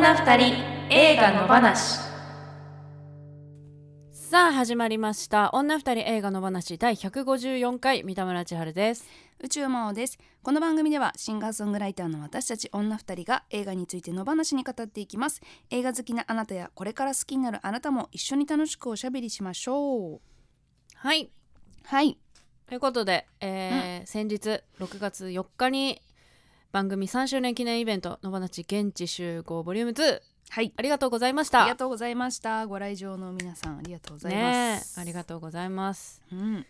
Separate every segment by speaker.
Speaker 1: な二人映画の話
Speaker 2: さあ始まりました女二人映画の話第154回三田村千春です
Speaker 3: 宇宙魔王ですこの番組ではシンガーソングライターの私たち女二人が映画についての話に語っていきます映画好きなあなたやこれから好きになるあなたも一緒に楽しくおしゃべりしましょう
Speaker 2: はい
Speaker 3: はい
Speaker 2: ということで、えー先日6月4日に番組3周年記念イベント「野放ち現地集合ボリューム2
Speaker 3: はい
Speaker 2: ありがとうございまし
Speaker 3: あ
Speaker 2: た
Speaker 3: りがとうございましたご来場の皆さんありがとうございま
Speaker 2: ね
Speaker 3: す、
Speaker 2: えありがとうございます
Speaker 3: う、うん、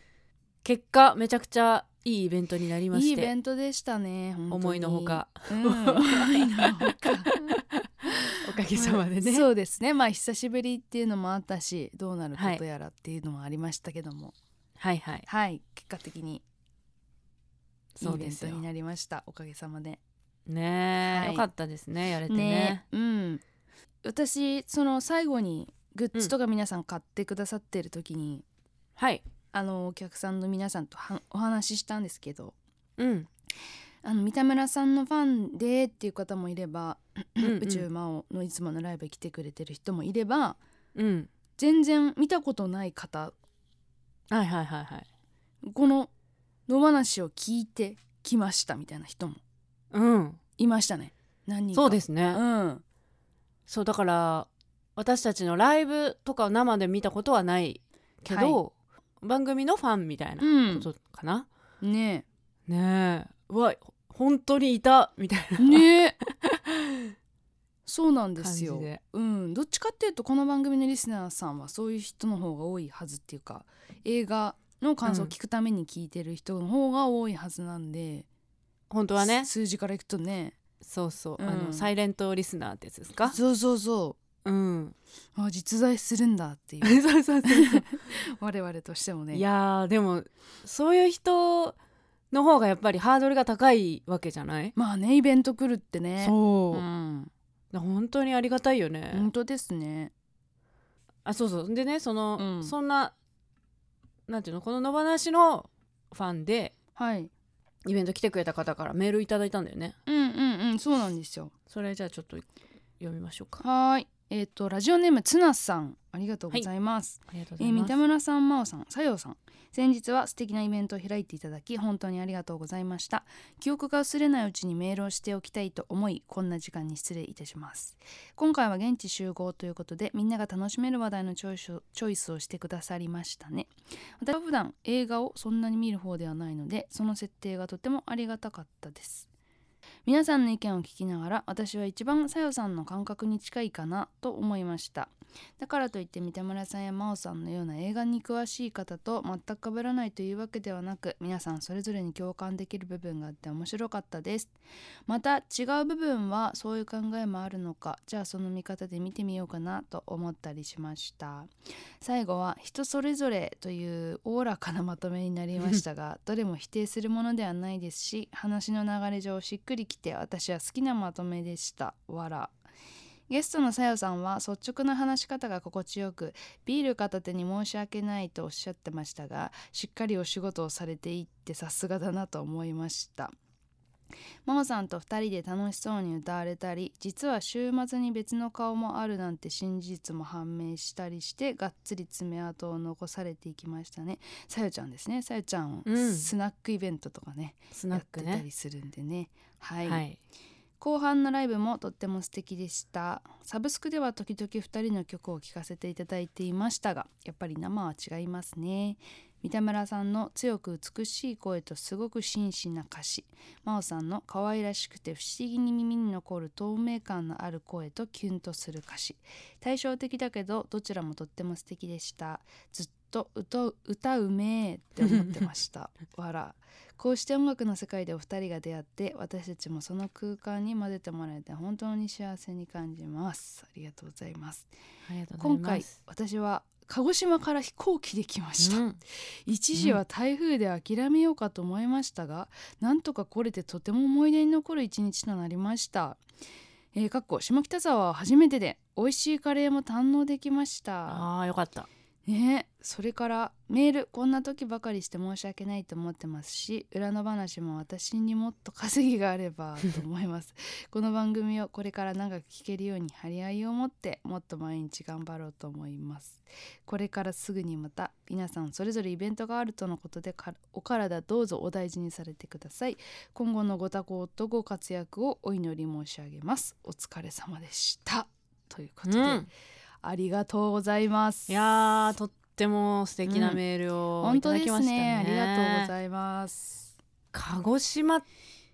Speaker 2: 結果めちゃくちゃいいイベントになりま
Speaker 3: いい
Speaker 2: し
Speaker 3: イベ
Speaker 2: て
Speaker 3: ントでしたね本当に
Speaker 2: 思いのほか
Speaker 3: うん思いのほか
Speaker 2: おかげさまでね、
Speaker 3: そうですねまあ久しぶりっていうのもあったしどうなることやらっていうのもありましたけども
Speaker 2: はいはい
Speaker 3: はい、結果的にい
Speaker 2: そ
Speaker 3: いうイベ
Speaker 2: で
Speaker 3: ン
Speaker 2: す
Speaker 3: ト
Speaker 2: よ
Speaker 3: になりましたおかげさまで。
Speaker 2: ねえ、
Speaker 3: はい
Speaker 2: よかったですねやれてね
Speaker 3: うん、私その最後にグッズとか皆さん買ってくださってる時に、
Speaker 2: はい
Speaker 3: あのお客さんの皆さんとはお話ししたんですけど
Speaker 2: うん
Speaker 3: あの三田村さんのファンでっていう方もいれば、
Speaker 2: うんうん
Speaker 3: 宇宙魔王のいつものライブ来てくれてる人もいれば
Speaker 2: うん
Speaker 3: 全然見たことない方
Speaker 2: はいはいはいはい
Speaker 3: この野話を聞いてきましたみたいな人も
Speaker 2: うん
Speaker 3: いましたね何人か
Speaker 2: そうですね、
Speaker 3: うん
Speaker 2: そうだから私たちのライブとかを生で見たことはないけど、番組のファンみたいな
Speaker 3: うん
Speaker 2: ことかな、
Speaker 3: ね
Speaker 2: ねえうわ本当にいたみたいな
Speaker 3: えね えそうなんで
Speaker 2: 感
Speaker 3: す
Speaker 2: じ
Speaker 3: よ
Speaker 2: で
Speaker 3: うん、どっちかっていうとこの番組のリスナーさんはそういう人の方が多いはずっていうか映画の感想を聞くために聞いてる人の方が多いはずなんで、
Speaker 2: 本当はね
Speaker 3: 数字からいくとね
Speaker 2: そうそう、
Speaker 3: うん
Speaker 2: あのサイレントリスナーってやつですか
Speaker 3: そうそうそ
Speaker 2: うん
Speaker 3: うあ実在するんだってい う
Speaker 2: そうそうそうそう
Speaker 3: 我々としてもね
Speaker 2: いやーでもそういう人の方がやっぱりハードルが高いわけじゃない、
Speaker 3: まあねイベント来るってね
Speaker 2: そう、
Speaker 3: ん、
Speaker 2: 本当にありがたいよね、
Speaker 3: 本当ですね
Speaker 2: あそうそうでねその、
Speaker 3: うん
Speaker 2: そんななんていうのこの野放しのファンで
Speaker 3: はい
Speaker 2: イベント来てくれた方からメールいただいたんだよね
Speaker 3: うんうんうんそうなんですよ
Speaker 2: それじゃあちょっと読みましょうか
Speaker 3: はーいえっ、とラジオネームツナさんありがとうございます、
Speaker 2: ありがとうご
Speaker 3: え
Speaker 2: ざ
Speaker 3: ー
Speaker 2: い
Speaker 3: 三
Speaker 2: ます、
Speaker 3: 田村さん、真央さん、佐用さん先日は素敵なイベントを開いていただき本当にありがとうございました記憶が薄れないうちにメールをしておきたいと思いこんな時間に失礼いたします今回は現地集合ということでみんなが楽しめる話題のチョイスをチョイスをしてくださりましたね私は普段映画をそんなに見る方ではないのでその設定がとてもありがたかったです皆さんの意見を聞きながら私は一番さよさんの感覚に近いかなと思いましただからといって三田村さんや真央さんのような映画に詳しい方と全く被らないというわけではなく皆さんそれぞれに共感できる部分があって面白かったですまた違う部分はそういう考えもあるのかじゃあその見方で見てみようかなと思ったりしました最後は人それぞれというおおらかなまとめになりましたがどれも否定するものではないですし話の流れ上しっくりきて私は好きなまとめでしたわらゲストのさよさんは率直な話し方が心地よくビール片手に申し訳ないとおっしゃってましたがしっかりお仕事をされていってさすがだなと思いました真央さんと2人で楽しそうに歌われたり実は週末に別の顔もあるなんて真実も判明したりしてがっつり爪痕を残されていきましたねさよちゃんですねさよちゃん、
Speaker 2: うん
Speaker 3: スナックイベントとかね
Speaker 2: スナック
Speaker 3: やってた
Speaker 2: ね
Speaker 3: りするんでねは、
Speaker 2: はいい、
Speaker 3: 後半のライブもとっても素敵でしたサブスクでは時々2人の曲を聴かせていただいていましたがやっぱり生は違いますね三田村さんの強く美しい声とすごく真摯な歌詞真央さんの可愛らしくて不思議に耳に残る透明感のある声とキュンとする歌詞対照的だけどどちらもとっても素敵でしたずっと歌う歌うめえって思ってました わらこうして音楽の世界でお二人が出会って私たちもその空間に混ぜてもらえて本当に幸せに感じますありがとうございます
Speaker 2: ありがとうござい
Speaker 3: 今
Speaker 2: ま
Speaker 3: 回
Speaker 2: す
Speaker 3: 私は鹿児島から飛行機で来ました、
Speaker 2: うん
Speaker 3: 一時は台風で諦めようかと思いましたが、なんとか来れてとても思い出に残る一日となりましたえー、かっこ下北沢は初めてで美味しいカレーも堪能できました
Speaker 2: ああよかった
Speaker 3: ねそれからメールこんな時ばかりして申し訳ないと思ってますし裏の話も私にもっと稼ぎがあればと思います この番組をこれから長く聞けるように張り合いを持ってもっと毎日頑張ろうと思いますこれからすぐにまた皆さんそれぞれイベントがあるとのことでかお体どうぞお大事にされてください今後のご多幸とご活躍をお祈り申し上げますお疲れ様でしたということで、
Speaker 2: うん
Speaker 3: ありがとうございます
Speaker 2: いやーとっても素敵なメールをい
Speaker 3: 本
Speaker 2: た
Speaker 3: 当
Speaker 2: だ
Speaker 3: で
Speaker 2: き
Speaker 3: す
Speaker 2: ましたね,、
Speaker 3: ねありがとうご
Speaker 2: います
Speaker 3: ざいます
Speaker 2: 鹿児島っ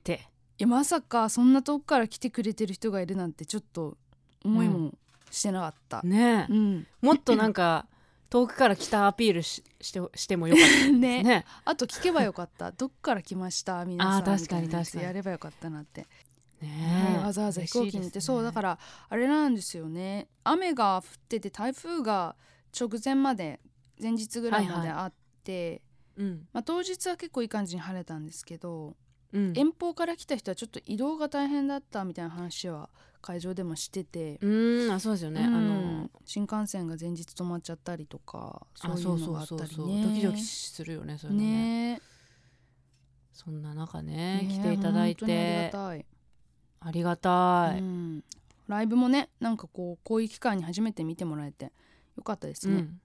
Speaker 2: て
Speaker 3: いやまさかそんな遠くから来てくれてる人がいるなんてちょっと思いもしてなかった、
Speaker 2: ね
Speaker 3: う、ん
Speaker 2: もっとなんか遠くから来たアピールししてしてもよかったで
Speaker 3: ね
Speaker 2: すね
Speaker 3: あと聞けばよかったどっから来ました皆さん
Speaker 2: あー確かに
Speaker 3: みたいなやつ
Speaker 2: 確かに
Speaker 3: やればよかったなって、
Speaker 2: ね
Speaker 3: はいわざわざ飛行機に行って、そうだかららあれなんですよね雨が降ってて台風が直前まで前日ぐらいまであって、
Speaker 2: うん、
Speaker 3: まあ、当日は結構いい感じに晴れたんですけど、
Speaker 2: うん、
Speaker 3: 遠方から来た人はちょっと移動が大変だったみたいな話は会場でもしてて、
Speaker 2: うんあそうですよね、
Speaker 3: うん
Speaker 2: あの
Speaker 3: 新幹線が前日止まっちゃったりとかそう
Speaker 2: あ
Speaker 3: い
Speaker 2: そうう
Speaker 3: の
Speaker 2: そ
Speaker 3: があ
Speaker 2: う
Speaker 3: っ
Speaker 2: そ
Speaker 3: た
Speaker 2: う
Speaker 3: り
Speaker 2: そう、
Speaker 3: ね
Speaker 2: ドキドキするよねそういうのね
Speaker 3: ね
Speaker 2: そんな中ね
Speaker 3: ね
Speaker 2: 来ていただい
Speaker 3: 本当にあ
Speaker 2: て
Speaker 3: りがたい、
Speaker 2: ありがたい、
Speaker 3: うんライブもねなんかこうこういう機会に初めて見てもらえてよかったです
Speaker 2: う
Speaker 3: ね,、
Speaker 2: ん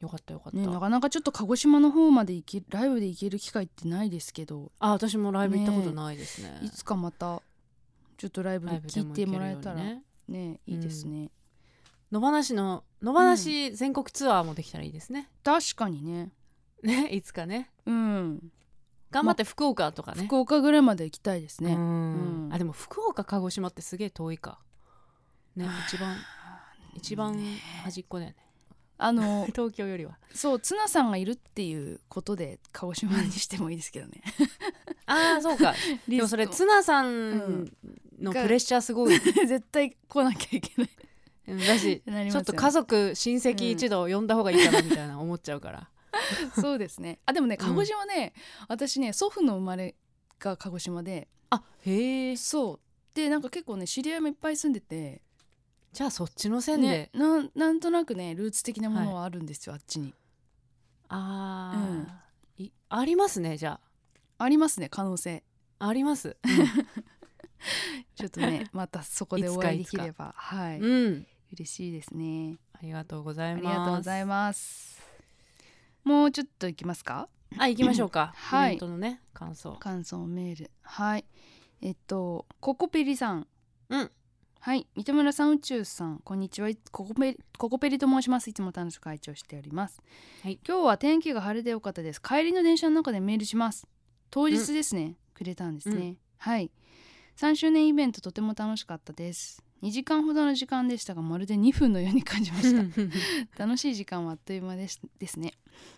Speaker 2: よかったよかった、
Speaker 3: ねなかなかちょっと鹿児島の方まで行けライブで行ける機会ってないですけど、
Speaker 2: あ私もライブ行ったことないですね
Speaker 3: いつかまたちょっとライブ
Speaker 2: ライ
Speaker 3: に
Speaker 2: ブで
Speaker 3: 聞い
Speaker 2: 行け
Speaker 3: て
Speaker 2: る
Speaker 3: も
Speaker 2: よう
Speaker 3: ら
Speaker 2: に
Speaker 3: えたらね
Speaker 2: ね
Speaker 3: いいですね、
Speaker 2: 野放しの野放し全国ツアーもできたらいいですね、
Speaker 3: 確かにね
Speaker 2: ねいつかね
Speaker 3: うん
Speaker 2: 頑張って福岡とかね、
Speaker 3: 福岡ぐらいまで行きたいです
Speaker 2: ね
Speaker 3: ね、うん
Speaker 2: あでも福岡鹿児島ってすげえ遠いかね一番一番端っこだよね
Speaker 3: あの
Speaker 2: 東京よりは
Speaker 3: そう綱さんがいるっていうことで鹿児島にしてもいいですけ どね
Speaker 2: ああそう かでもそれ綱さん
Speaker 3: ん
Speaker 2: のプレッシャーすごい、
Speaker 3: 絶対来なきゃいけない
Speaker 2: うんだし
Speaker 3: なります
Speaker 2: ちょ
Speaker 3: よ
Speaker 2: っと家族親戚一同呼んだ方がいいかなみたいな思っちゃうから、
Speaker 3: そうですねあでもね
Speaker 2: うん
Speaker 3: 鹿児島ね、私ね祖父の生まれが鹿児島で
Speaker 2: あへえ
Speaker 3: そうでなんか結構ね知り合いもいっぱい住んでて、
Speaker 2: じゃあそっちの線で、
Speaker 3: ね、なんなんとなくねルーツ的なものはあるんですよ、あっちに
Speaker 2: ああ、いありますねじゃ
Speaker 3: ありますね可能性
Speaker 2: ああります
Speaker 3: ちょっと ねまたそこでお会い
Speaker 2: い
Speaker 3: で
Speaker 2: つかいつ
Speaker 3: き
Speaker 2: か
Speaker 3: ればはい、
Speaker 2: うん
Speaker 3: 嬉しいですね
Speaker 2: ありがとうござい
Speaker 3: あり
Speaker 2: ます
Speaker 3: がとうございますもうちょっといきますか
Speaker 2: あ行きましょうか、
Speaker 3: は
Speaker 2: イ
Speaker 3: い
Speaker 2: ベントのね感 想
Speaker 3: 感想メールはいえっとココペリさん
Speaker 2: うん
Speaker 3: はい三田村さん宇宙さんこんにちはいココペリココペリと申しますいつも楽しく会長しております、
Speaker 2: はい、
Speaker 3: 今日は天気が晴れでよかったです帰りの電車の中でメールします当日ですね、くれたんですね、
Speaker 2: うん
Speaker 3: はい3周年イベントとても楽しかったです2時間ほどの時間でしたがまるで2分のように感じました 楽しい時間はあっという間ですですね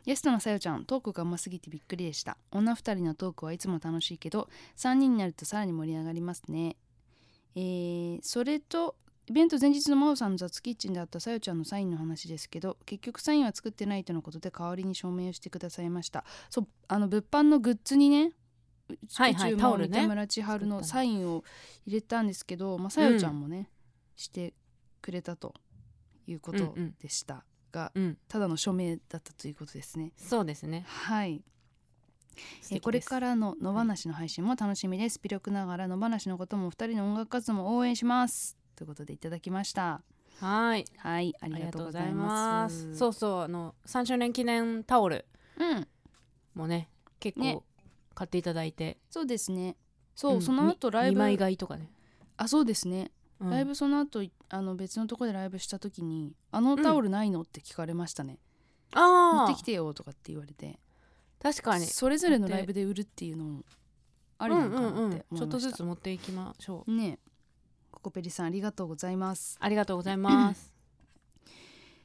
Speaker 3: ゲストのさよちゃんトークがうますぎてびっくりでした女二人のトークはいつも楽しいけど3人になるとさらに盛り上がりますねえーそれとイベント前日の真央さんの雑キッチンであったさよちゃんのサインの話ですけど結局サインは作ってないとのことで代わりに証明をしてくださいましたそうあの物販のグッズにねう
Speaker 2: はいはい
Speaker 3: 宇宙
Speaker 2: タ
Speaker 3: も
Speaker 2: オル
Speaker 3: 三
Speaker 2: ね
Speaker 3: 田村千春のサインを入れたんですけど、まあ、さよちゃんもね、してくれたということ
Speaker 2: うんうん
Speaker 3: でしたが、
Speaker 2: うん
Speaker 3: ただの署名だったということですね。
Speaker 2: そうですね
Speaker 3: はい、
Speaker 2: 素敵
Speaker 3: え
Speaker 2: です
Speaker 3: これからの野放しの配信も楽しみです。微力ながら野放しのこともお二人の音楽活動も応援します。ということでいただきました。
Speaker 2: はい
Speaker 3: はい、あ
Speaker 2: あ
Speaker 3: り
Speaker 2: り
Speaker 3: が
Speaker 2: が
Speaker 3: と
Speaker 2: と
Speaker 3: う
Speaker 2: うご
Speaker 3: ござ
Speaker 2: ざ
Speaker 3: い
Speaker 2: い
Speaker 3: ま。
Speaker 2: ますすそうそうあの3周年記念タオル
Speaker 3: う、ん、
Speaker 2: もね結
Speaker 3: ね
Speaker 2: 構買っていただいて、
Speaker 3: そうですね。そう、
Speaker 2: ん
Speaker 3: その後
Speaker 2: に
Speaker 3: ライ
Speaker 2: 二枚
Speaker 3: ブ、
Speaker 2: 買いとかね、
Speaker 3: あ、そうですね。
Speaker 2: うん
Speaker 3: ライブその後いあの別のところでライブした時に、あのタオルないのって聞かれましたね。持
Speaker 2: あ
Speaker 3: って
Speaker 2: あ
Speaker 3: きてよとかって言われて、
Speaker 2: 確かに
Speaker 3: それぞれのライブで売るっていうのもありなのかなって思いました。
Speaker 2: ちょっとずつ持っていきましょう
Speaker 3: ねえココペリさんありがとうございます、
Speaker 2: ありがとうございます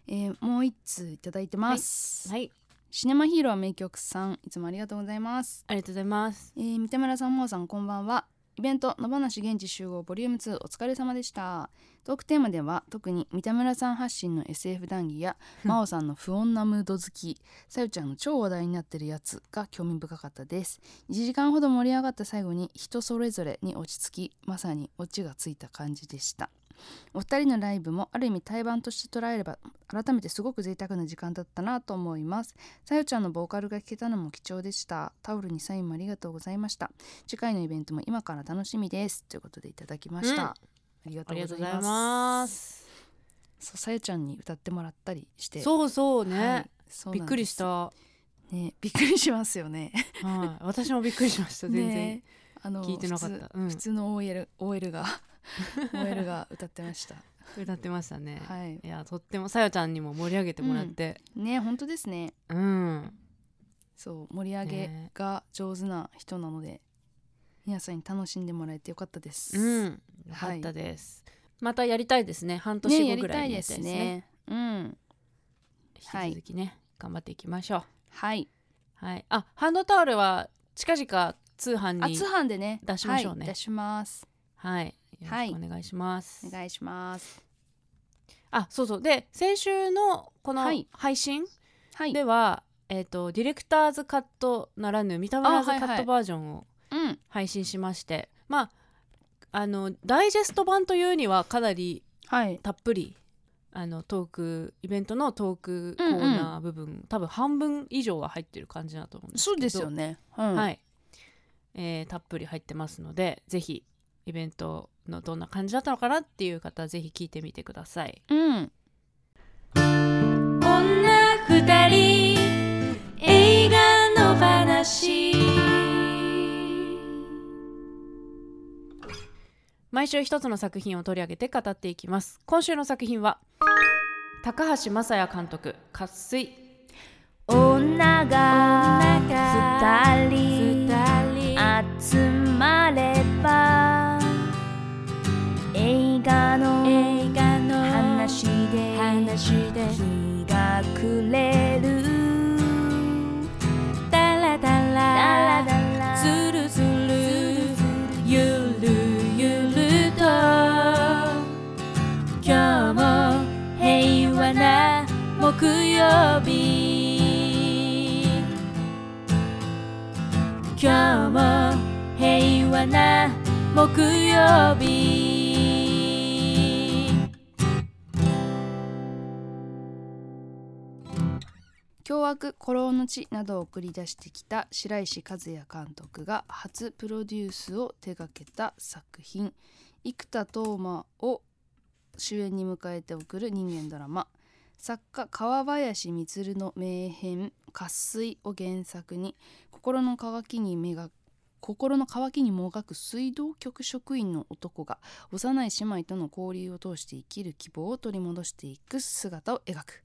Speaker 3: えーもう一通いただいてます、
Speaker 2: はい
Speaker 3: シネマヒーロー名曲さんいつもありがとうございます、
Speaker 2: ありがとうございます
Speaker 3: えー三田村さんもうさんこんばんはイベント野放し現地集合ボリューム2お疲れ様でしたトークテーマでは特に三田村さん発信の SF 談義や真央さんの不穏なムード好きさゆちゃんの超話題になってるやつが興味深かったです1時間ほど盛り上がった最後に人それぞれに落ち着きまさにオチがついた感じでしたお二人のライブもある意味対バンとして捉えれば改めてすごく贅沢な時間だったなと思いますさよちゃんのボーカルが聴けたのも貴重でしたタオルにサインもありがとうございました次回のイベントも今から楽しみですということでいただきました、
Speaker 2: うん
Speaker 3: ありが
Speaker 2: あ
Speaker 3: とう
Speaker 2: り
Speaker 3: ご
Speaker 2: がと
Speaker 3: ざ
Speaker 2: う
Speaker 3: い
Speaker 2: ござい
Speaker 3: ま
Speaker 2: ますす
Speaker 3: そうさよちゃんに歌ってもらったりして
Speaker 2: そうそうね、
Speaker 3: はいそう
Speaker 2: び
Speaker 3: な
Speaker 2: っく
Speaker 3: んです
Speaker 2: りした、は
Speaker 3: ねびっくりしますよね
Speaker 2: い、私もびっくりしました全然、
Speaker 3: ねあの
Speaker 2: 聞いてなかった
Speaker 3: 普通,、
Speaker 2: うん
Speaker 3: 普通の OL, OL が OL が歌ってました
Speaker 2: 歌ってましたね、
Speaker 3: はい
Speaker 2: い、やとってもさよちゃんにも盛り上げてもらって
Speaker 3: ね本当ですね
Speaker 2: うん、
Speaker 3: そう盛り上げ
Speaker 2: ね
Speaker 3: が上手な人なので、皆さんに楽しんでもらえてよかったです。
Speaker 2: うん
Speaker 3: ね
Speaker 2: よかったです、またやりたいですね半年後
Speaker 3: やり
Speaker 2: ぐら
Speaker 3: た
Speaker 2: いに
Speaker 3: いで
Speaker 2: やりた
Speaker 3: す
Speaker 2: いですね
Speaker 3: ね。うんはい
Speaker 2: 引き続きね、頑張っていきましょう
Speaker 3: はい。
Speaker 2: はいあハンドタオルは近々通販
Speaker 3: あ
Speaker 2: に
Speaker 3: 通販でね
Speaker 2: 出しましょうね
Speaker 3: はい、出します。
Speaker 2: はいよろ
Speaker 3: はい
Speaker 2: しくお願いします、
Speaker 3: お願いします。
Speaker 2: あそうそうで先週のこの
Speaker 3: はい
Speaker 2: 配信
Speaker 3: はい。
Speaker 2: では、えっ、とディレクターズカットならぬ見た目ラズカ
Speaker 3: あはい
Speaker 2: ッ
Speaker 3: はい
Speaker 2: トバージョンを
Speaker 3: うん
Speaker 2: 配信しまして、まああのダイジェスト版というにはかなり
Speaker 3: はい
Speaker 2: たっぷりあのトークイベントのトークコーナー部分、多分半分以上は入ってる感じだと思うんですけ
Speaker 3: そ
Speaker 2: ど
Speaker 3: うですよね。うん、
Speaker 2: はいい、えーたっぷり入ってますのでぜひイベントのどんな感じだったのかなっていう方はぜひ聞いてみてください
Speaker 3: うん
Speaker 1: 女二人映画の話
Speaker 2: 毎週一つの作品を取り上げて語っていきます今週の作品は高橋正也監督「渇水
Speaker 1: 女が二人
Speaker 2: 二人
Speaker 1: 集まれば映画の話で日が暮れるダラダラズルズルゆるゆると今日も平和な木曜日今日も平和な木曜日
Speaker 3: 凶悪孤狼の地などを送り出してきた白石和也監督が初プロデュースを手掛けた作品生田斗真を主演に迎えて送る人間ドラマ作家川林満の名編「渇水」を原作に心の渇きに目が心の渇きにもがく水道局職員の男が幼い姉妹との交流を通して生きる希望を取り戻していく姿を描く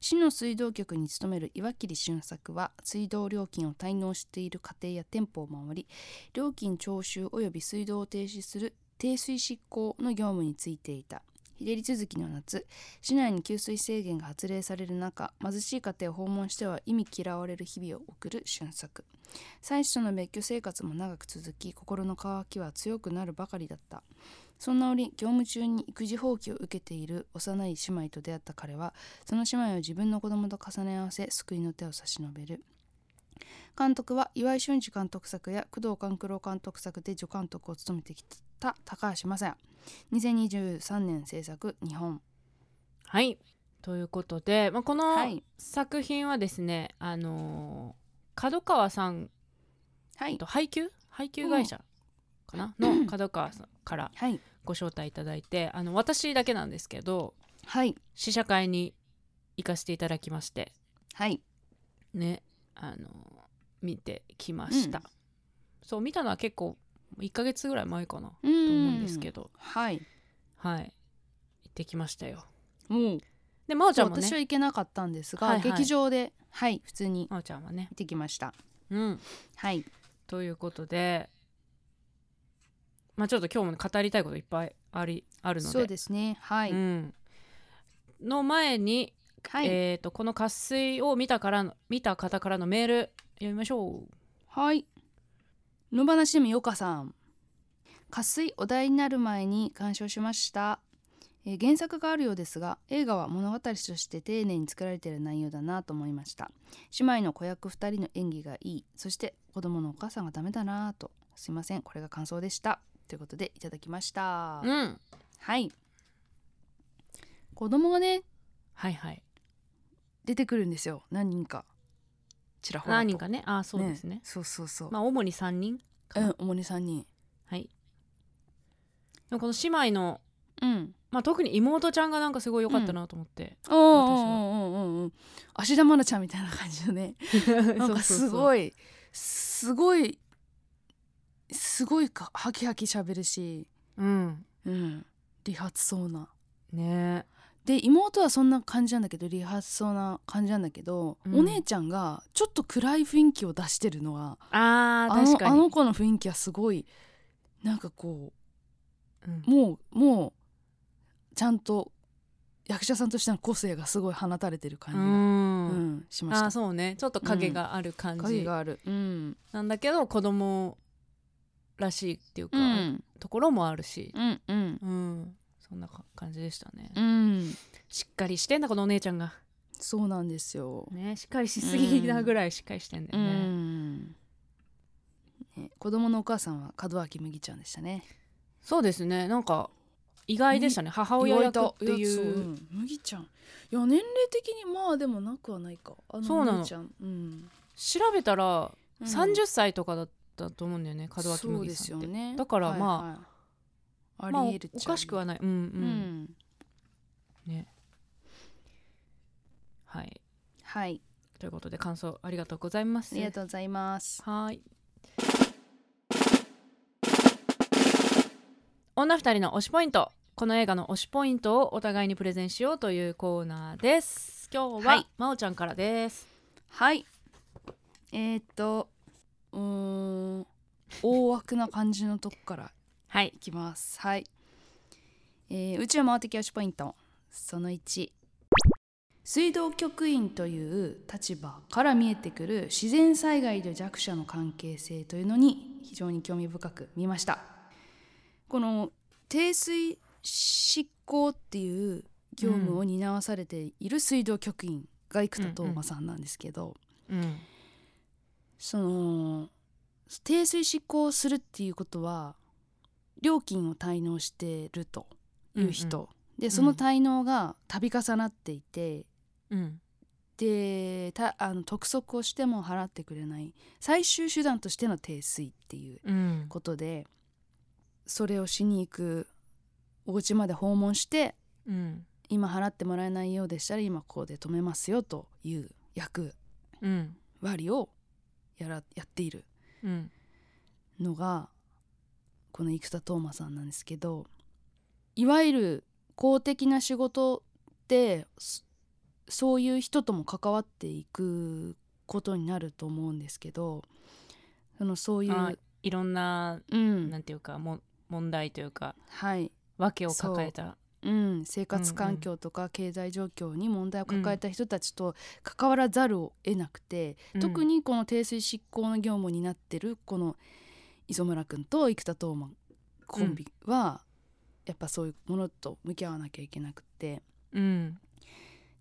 Speaker 3: 市の水道局に勤める岩切俊作は水道料金を滞納している家庭や店舗を回り料金徴収及び水道を停止する停水執行の業務についていた日照り続きの夏市内に給水制限が発令される中貧しい家庭を訪問しては意味嫌われる日々を送る俊作妻子との別居生活も長く続き心の渇きは強くなるばかりだったそんな折業務中に育児放棄を受けている幼い姉妹と出会った彼はその姉妹を自分の子供と重ね合わせ救いの手を差し伸べる監督は岩井俊二監督作や工藤官九郎監督作で助監督を務めてきた高橋正也2023年制作日本」
Speaker 2: はいということで、まあ、この
Speaker 3: はい
Speaker 2: 作品はですね、あのー角川さん
Speaker 3: はい
Speaker 2: と配給配給会社かな、の角川さんから
Speaker 3: はい
Speaker 2: ご招待いただいてあの私だけなんですけど
Speaker 3: はい
Speaker 2: 試写会に行かせていただきまして
Speaker 3: はい
Speaker 2: ねあの見てきました、
Speaker 3: うん
Speaker 2: そう見たのは結構1ヶ月ぐらい前かなと
Speaker 3: うーん
Speaker 2: 思うんですけど
Speaker 3: はい
Speaker 2: はい行ってきましたよ
Speaker 3: もう
Speaker 2: で真央ちゃんも
Speaker 3: 私は
Speaker 2: ね
Speaker 3: 行けなかったんですが、
Speaker 2: はいはい
Speaker 3: 劇場ではい普通に行
Speaker 2: 真央ちゃんはね
Speaker 3: ってきました
Speaker 2: うん
Speaker 3: はい
Speaker 2: ということでまあちょっと今日も語りたいこといっぱいありあるので
Speaker 3: そうですねはい、
Speaker 2: うん、の前に、
Speaker 3: はい、
Speaker 2: えー、とこの渇水を見たからの見た方からのメール読みましょう
Speaker 3: はい。野放しでもよかさん。渇水お題になる前に鑑賞しました。えー原作があるようですが映画は物語として丁寧に作られている内容だなと思いました姉妹の子役2人の演技がいいそして子供のお母さんがダメだなとすいませんこれが感想でしたということでいただきました、
Speaker 2: うん
Speaker 3: はい子供がね
Speaker 2: はいはい
Speaker 3: 出てくるんですよ何人かちらほらと
Speaker 2: 何人かねあーそうですね
Speaker 3: そうそうそう、
Speaker 2: まあ主に3人
Speaker 3: うん主に三人
Speaker 2: はいでもこの姉妹の、
Speaker 3: うん
Speaker 2: まあ、特に妹ちゃんがなんかすごい良かったなと思って、
Speaker 3: おーおーおーおーおーおー芦田愛菜ちゃんみたいな感じのねなんかす
Speaker 2: い
Speaker 3: ごいすごいすごいかハキハキ喋るし、
Speaker 2: うん
Speaker 3: うん、理髪そうな
Speaker 2: ね
Speaker 3: で妹はそんな感じなんだけど理髪そうな感じなんだけど、
Speaker 2: うん
Speaker 3: お姉ちゃんがちょっと暗い雰囲気を出してるのは
Speaker 2: あー
Speaker 3: あ
Speaker 2: 確
Speaker 3: の
Speaker 2: か
Speaker 3: あ
Speaker 2: に
Speaker 3: の子の雰囲気はすごいなんかこ
Speaker 2: うん
Speaker 3: うもうもうちゃんと役者さんとしての個性がすごい放たれてる
Speaker 2: う
Speaker 3: 感じが、うん
Speaker 2: ん
Speaker 3: しま
Speaker 2: あー
Speaker 3: した。
Speaker 2: そうねちょっと影がある感
Speaker 3: 影
Speaker 2: じ
Speaker 3: がある、うん
Speaker 2: なんだけど子供らしいっていうか、
Speaker 3: うん
Speaker 2: ところもあるし、
Speaker 3: うんうん
Speaker 2: うん、そんなか感じでしたね、
Speaker 3: うん、
Speaker 2: しっかりしてんだこのお姉ちゃんが
Speaker 3: そうなんですよ。
Speaker 2: ねしっかりしすぎなぐらいしっかりしてんだ
Speaker 3: う
Speaker 2: よね、
Speaker 3: んね、子供のお母さんは門脇麦ちゃんでしたね。
Speaker 2: そうですねなんか意外でしたね母親
Speaker 3: 意外
Speaker 2: 役
Speaker 3: と
Speaker 2: ってい
Speaker 3: やそううん麦ちゃんいや年齢的にまあでもなくはないかあの
Speaker 2: そうなの
Speaker 3: 麦ちゃん、うん
Speaker 2: 調べたら
Speaker 3: うん
Speaker 2: 30歳とかだったと思うんだよね門脇
Speaker 3: そう
Speaker 2: 麦
Speaker 3: で
Speaker 2: さんっ
Speaker 3: す
Speaker 2: て
Speaker 3: よね
Speaker 2: だからまあ
Speaker 3: あ、
Speaker 2: まあ
Speaker 3: あ
Speaker 2: お
Speaker 3: りえるっちゃ
Speaker 2: おかしくはないうん
Speaker 3: う、
Speaker 2: うんん、ねはい
Speaker 3: はい
Speaker 2: ということで感想ありがとうございます
Speaker 3: ありがとうございます
Speaker 2: はい。女二人の推しポイント。この映画の推しポイントをお互いにプレゼンしようというコーナーです。今日は、
Speaker 3: はい
Speaker 2: まおちゃんからです。
Speaker 3: はいえー、っとうーん大枠な感じのとこから
Speaker 2: はい
Speaker 3: い。きますはい、えー、宇宙回ってき推しポイントその1水道局員という立場から見えてくる自然災害と弱者の関係性というのに非常に興味深く見ましたこの低水執行っていう業務を担わされている水道局員が生田斗真さんなんですけど、
Speaker 2: うん。
Speaker 3: その低水執行するっていうことは料金を滞納してるという人、でその滞納が度重なっていて、
Speaker 2: うん。
Speaker 3: でたあの督促をしても払ってくれない最終手段としての低水っていう
Speaker 2: うん。
Speaker 3: ことでそれをしに行くお家まで訪問して
Speaker 2: うん。
Speaker 3: 今払ってもらえないようでしたら今ここで止めますよという役
Speaker 2: うん。
Speaker 3: 割をやらやっている
Speaker 2: うん。
Speaker 3: のがこの生田斗真さんなんですけどいわゆる公的な仕事ってそそういう人とも関わっていくことになると思うんですけどそのそういう、
Speaker 2: あいろんな、
Speaker 3: うん
Speaker 2: なんていうか、も問題というか、
Speaker 3: はい
Speaker 2: 訳を抱えた。
Speaker 3: うん、生活環境とか経済状況に問題を抱えた人たちと関わらざるを得なくて、
Speaker 2: うん
Speaker 3: 特にこの定水執行の業務になってるこの磯村君と生田斗真コンビは、やっぱそういうものと向き合わなきゃいけなくて
Speaker 2: うん。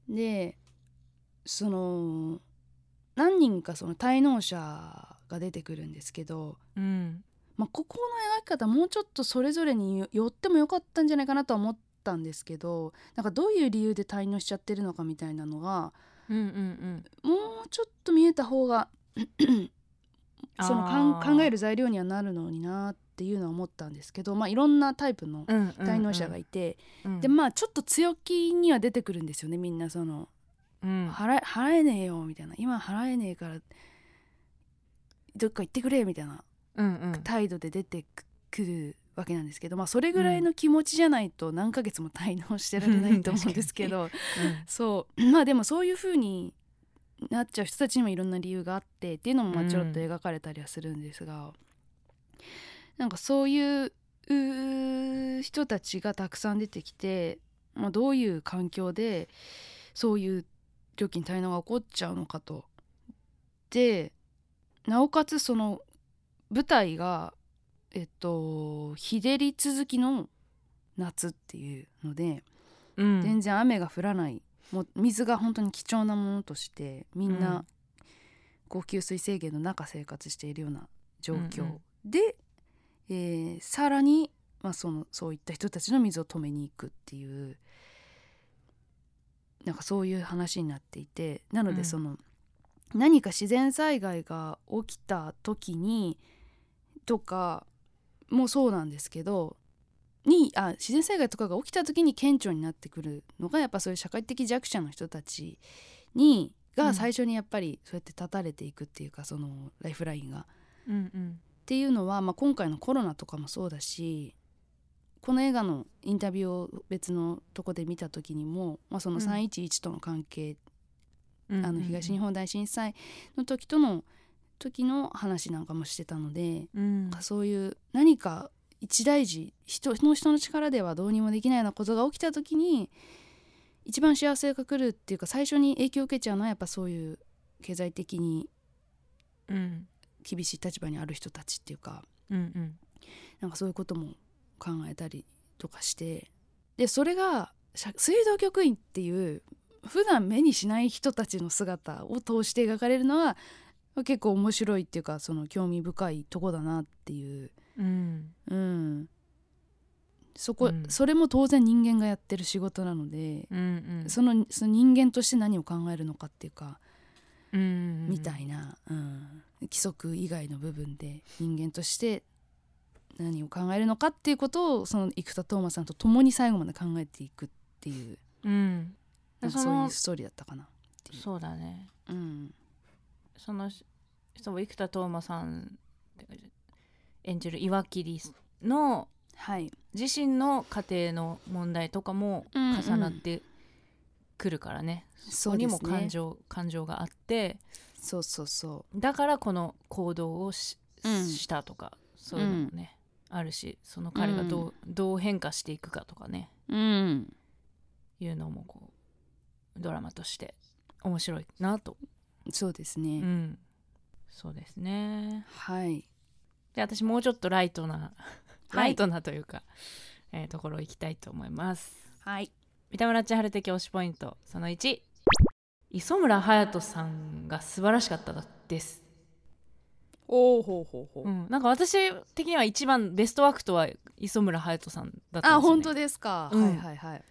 Speaker 3: でその何人かその滞納者が出てくるんですけど、
Speaker 2: うん。
Speaker 3: まあ、ここの描き方もうちょっとそれぞれによってもよかったんじゃないかなとは思ったんですけどなんかどういう理由で滞納しちゃってるのかみたいなのが
Speaker 2: うん。うん。うん。
Speaker 3: もうちょっと見えた方がそのかん考え
Speaker 2: る。
Speaker 3: る材料にはなるのになっていうのは思ったんですけど、まあ、いろんなタイプの
Speaker 2: うん。うん
Speaker 3: 滞納者がいて、
Speaker 2: うん
Speaker 3: でまあちょっと強気には出てくるんですよねみんなその
Speaker 2: うん。
Speaker 3: 払え払えねえよみたいな今払えねえからどっか行ってくれみたいな
Speaker 2: うん。うん。
Speaker 3: 態度で出てくるわけなんですけど、まあ、それぐらいの気持ちじゃないと何ヶ月も滞納してられないと思うんですけどそうまあでもそういう風になっちゃう人たちにもいろんな理由があってっていうのもまあちょろっと描かれたりはするんですが、なんかそういううー人たちがたくさん出てきて、まあ、どういう環境でそういう料金滞納が起こっちゃうのかと。でなおかつその舞台がえっと日照り続きの夏っていうので、
Speaker 2: うん。
Speaker 3: 全然雨が降らないもう水が本当に貴重なものとしてみん
Speaker 2: うん
Speaker 3: な高給水制限の中生活しているような状況、
Speaker 2: うんうん
Speaker 3: で、えーさらに、まあ、そのそういった人たちの水を止めに行くっていうなんかそういう話になっていてなの
Speaker 2: う
Speaker 3: で
Speaker 2: ん
Speaker 3: その、何か自然災害が起きた時にとかもそうなんですけどにあ自然災害とかが起きた時に顕著になってくるのがやっぱそういう社会的弱者の人たちに
Speaker 2: う
Speaker 3: が
Speaker 2: ん
Speaker 3: 最初にやっぱりそうやって断たれていくっていうかそのライフラインが。
Speaker 2: うんうん
Speaker 3: っていうのは、まあ、今回のコロナとかもそうだしこの映画のインタビューを別のとこで見た時にも、まあ、その
Speaker 2: うん
Speaker 3: 311との関係、
Speaker 2: うんうん
Speaker 3: あの東日本大震災の時との時の話なんかもしてたので、
Speaker 2: うん
Speaker 3: なんかそういう何か一大事人の人の力ではどうにもできないようなことが起きた時に一番幸せが来るっていうか最初に影響を受けちゃうのはやっぱそういう経済的に
Speaker 2: うん
Speaker 3: 厳しい立場にある人たちっていうか。
Speaker 2: うんうん
Speaker 3: なんかそういうことも考えたりとかしてでそれが社水道局員っていう普段目にしない人たちの姿を通して描かれるのは結構面白いっていうかその興味深いとこだなっていう、
Speaker 2: うん
Speaker 3: うん、そこ、
Speaker 2: うん
Speaker 3: それも当然人間がやってる仕事なので、
Speaker 2: うん
Speaker 3: そのその人間として何を考えるのかっていうか、
Speaker 2: うん
Speaker 3: みたいな、うん、規則以外の部分で人間として何を考えるのかっていうことをその生田斗真さんと共に最後まで考えていくっていう
Speaker 2: うんで
Speaker 3: なんか
Speaker 2: そ
Speaker 3: そうい
Speaker 2: の
Speaker 3: うストーリーだったかな。
Speaker 2: そうだね
Speaker 3: うん
Speaker 2: そのし人も生田斗真さん演じる岩切の
Speaker 3: はい、
Speaker 2: 自身の家庭の問題とかも
Speaker 3: うんうん
Speaker 2: 重なってくるからね、そ
Speaker 3: そ
Speaker 2: こ
Speaker 3: う
Speaker 2: に
Speaker 3: です
Speaker 2: も
Speaker 3: ね
Speaker 2: 感情感情があって
Speaker 3: そうそうそ
Speaker 2: だからこの行動をし,、
Speaker 3: うん
Speaker 2: したとかそういうのもね、あるしその彼がどう,、どう変化していくかとかね
Speaker 3: う、うん、
Speaker 2: いうのもこうドラマとして面白いなと、
Speaker 3: そうです
Speaker 2: う
Speaker 3: ね、
Speaker 2: ん、そうですね
Speaker 3: はい
Speaker 2: で私もうちょっとライトなライ
Speaker 3: と
Speaker 2: トなというか、えーところ行きたいと思います
Speaker 3: はい
Speaker 2: 三田村千春的推しポイントその1磯村勇斗さんが素晴らしかったです、
Speaker 3: おおほうほうほ
Speaker 2: う
Speaker 3: う、
Speaker 2: ん、なんか私的には一番ベストワークとは磯村勇斗さんだったんですよ、ね、
Speaker 3: あ本当ですか、
Speaker 2: うん
Speaker 3: はいはいはい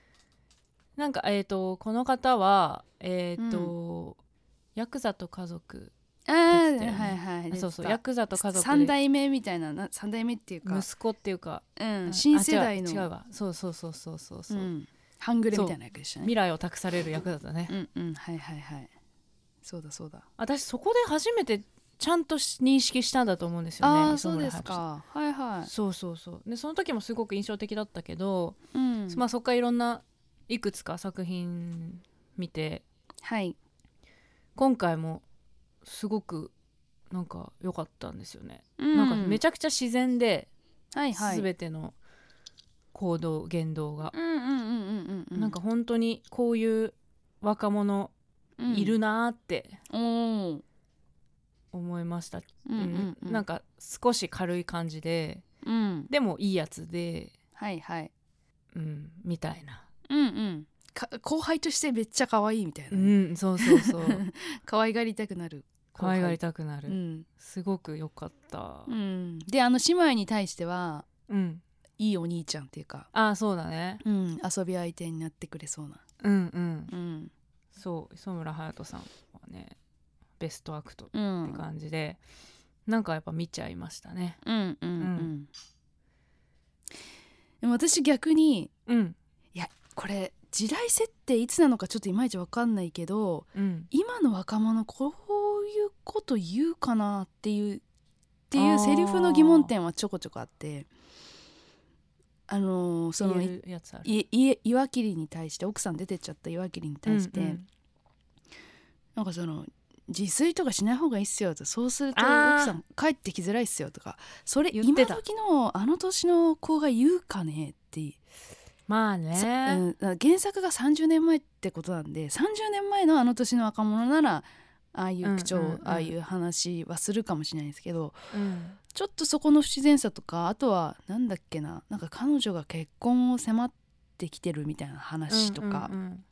Speaker 2: なんかえっ、とこの方はえっ、と、ヤクザと家族
Speaker 3: あ
Speaker 2: 出て
Speaker 3: ー、
Speaker 2: たよね
Speaker 3: はいはい
Speaker 2: あそうそう
Speaker 3: 出
Speaker 2: ヤ
Speaker 3: て
Speaker 2: クザと家
Speaker 3: た
Speaker 2: 族
Speaker 3: 三
Speaker 2: で
Speaker 3: 代目みたいなな三代目っていうか、
Speaker 2: 息子っていうか、
Speaker 3: うん、
Speaker 2: あ
Speaker 3: 新世代の
Speaker 2: 違う違うわそうそうそうそうそうそう、
Speaker 3: うん、半グレみたいな役でしたね
Speaker 2: 未来を託される役だったね、
Speaker 3: うんうんはいはいはいそうだそうだ
Speaker 2: 私そこで初めてちゃんとし認識したんだと思うんですよね
Speaker 3: ああー
Speaker 2: 磯
Speaker 3: そう
Speaker 2: 村
Speaker 3: で
Speaker 2: 勇
Speaker 3: す
Speaker 2: 斗さん
Speaker 3: かはいは
Speaker 2: そうそうそうでその時もすごく印象的だったけど、
Speaker 3: い、うん
Speaker 2: まあ、そっからいろんないくつか作品見て
Speaker 3: はい
Speaker 2: 今回もすごくなんか良かったんですよね、
Speaker 3: な
Speaker 2: なんかめちゃくちゃ自然で
Speaker 3: はいはい
Speaker 2: 全ての行動言動が、
Speaker 3: うんうんうんうんうんうん
Speaker 2: なんか本当にこういう若者いるなーって
Speaker 3: うんおー
Speaker 2: 思いました、
Speaker 3: うんうんう
Speaker 2: うん
Speaker 3: ん
Speaker 2: なんか少し軽い感じで
Speaker 3: うん
Speaker 2: でもいいやつで、
Speaker 3: はいはい
Speaker 2: うん、みたいな
Speaker 3: うんうんか後輩としてめっちゃ可愛いみたいうな、ね
Speaker 2: んそうそうそう
Speaker 3: 可愛がりたくなる後
Speaker 2: 可
Speaker 3: 輩
Speaker 2: 愛がりたくなる、
Speaker 3: うん、
Speaker 2: すごく良かった
Speaker 3: うん、であの姉妹に対しては
Speaker 2: うん、
Speaker 3: いいお兄ちゃんっていうか、
Speaker 2: ああそうだね
Speaker 3: うん、遊び相手になってくれそうな、
Speaker 2: うんうん
Speaker 3: うん
Speaker 2: そう磯村勇斗さんはねベストアクトっ
Speaker 3: うん、
Speaker 2: て感じで、なんかやっぱ見ちゃいましたね
Speaker 3: うんうんうん
Speaker 2: うん
Speaker 3: でも私逆に
Speaker 2: うん
Speaker 3: これ時代設定いつなのかちょっといまいちわかんないけど
Speaker 2: うん
Speaker 3: 今の若者こういうこと言うかなっていうってい
Speaker 2: あー
Speaker 3: うセリフの疑問点はちょこちょこあってあのーその
Speaker 2: 言えるやつある
Speaker 3: いい岩切に対して奥さん出てっちゃった岩切に対して、
Speaker 2: うんうん
Speaker 3: なんかその自炊とかしない方がいいっすよとそうすると奥
Speaker 2: あー
Speaker 3: さん帰ってきづらいっすよとかそれ
Speaker 2: 言っ
Speaker 3: 今
Speaker 2: てた
Speaker 3: 時のあの年の子が言うかねって、
Speaker 2: まあ
Speaker 3: さう
Speaker 2: ね
Speaker 3: ん原作が30年前ってことなんで30年前のあの年の若者ならああいう口調、
Speaker 2: うんうんうん
Speaker 3: ああいう話はするかもしれないですけど
Speaker 2: うん
Speaker 3: ちょっとそこの不自然さとかあとはなんだっけななんか彼女が結婚を迫ってきてるみたいな話とか、
Speaker 2: うんうん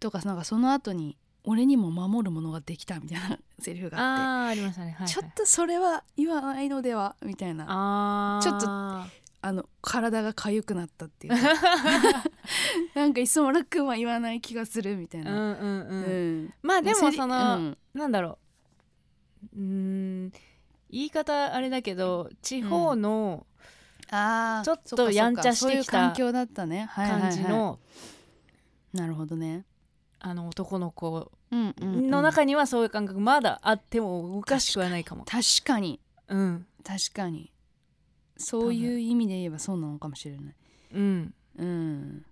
Speaker 3: とかなんかその後に「俺にも守るものができた」みたいなセリフ
Speaker 2: うん
Speaker 3: があって。
Speaker 2: ああありましたねはい、はい、
Speaker 3: ちょっとそれは言わないのではみたいな
Speaker 2: あー
Speaker 3: ちょっとあの体が痒くなったっていうか なんかいつも楽は言わない気がするみたいうな、
Speaker 2: んうんう
Speaker 3: うん
Speaker 2: ん、まあでもその、
Speaker 3: うん
Speaker 2: なんだろううーん言い方あれだけど地方の
Speaker 3: あー
Speaker 2: ちょっと
Speaker 3: そかそか
Speaker 2: やんちゃしてきた
Speaker 3: そういう環境だったね、はいはいは
Speaker 2: 感
Speaker 3: い
Speaker 2: じの
Speaker 3: なるほどね、
Speaker 2: あの男の子
Speaker 3: うんうんうん
Speaker 2: の中にはそういう感覚まだあってもおかしくはないかも。
Speaker 3: 確かに
Speaker 2: うん
Speaker 3: 確かにそういう意味で言えばそうなのかもしれない
Speaker 2: うん
Speaker 3: うん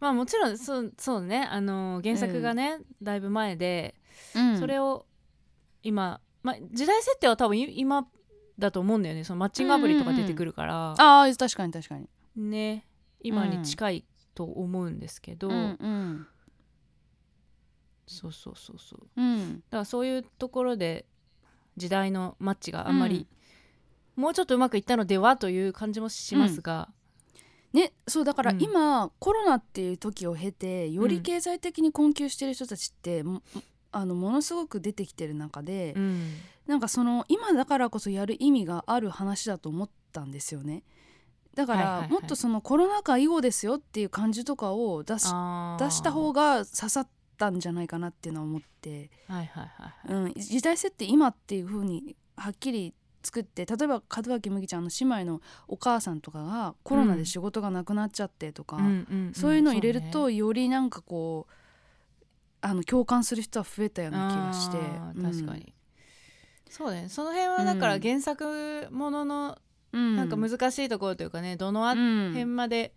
Speaker 2: まあもちろんそうそうねあの原作がね、だいぶ前で、それを今、まあ、時代設定は多分い今だと思うんだよねそのマッチングアプリとか出てくるから、
Speaker 3: ああ確かに確かに
Speaker 2: ね今に近いと思うんですけど、
Speaker 3: うんうん
Speaker 2: そうそうそうそうだ
Speaker 3: うん
Speaker 2: からそういうところで時代のマッチがあんまり、もうちょっとうまくいったのではという感じもしますが、
Speaker 3: ねそうだから
Speaker 2: うん
Speaker 3: 今、コロナっていう時を経てより経済的に困窮してる人たちって、もあのものすごく出てきてる中で、
Speaker 2: うん
Speaker 3: なんかその今だからこそやる意味がある話だと思ったんですよねだから、
Speaker 2: はいはいはい
Speaker 3: もっとそのコロナ禍以後ですよっていう感じとかを出し出した方
Speaker 2: が
Speaker 3: が刺さったんじゃないかなっていうのは思って、
Speaker 2: はいはいはい
Speaker 3: うん、時代設定今っていう風にはっきり作って例えば門脇麦ちゃんの姉妹のお母さんとかがコロナで仕事がなくなっちゃってとか、
Speaker 2: うんうんん
Speaker 3: そういうのを入れる
Speaker 2: そう
Speaker 3: とよりなんかこうあの共感する人は増えたよう
Speaker 2: ね
Speaker 3: な気がして
Speaker 2: あー
Speaker 3: うん
Speaker 2: 確かに、そうだねその辺はだから
Speaker 3: うん
Speaker 2: 原作ものの
Speaker 3: うん、
Speaker 2: なんか難しいところというかね、どの辺
Speaker 3: うん
Speaker 2: まで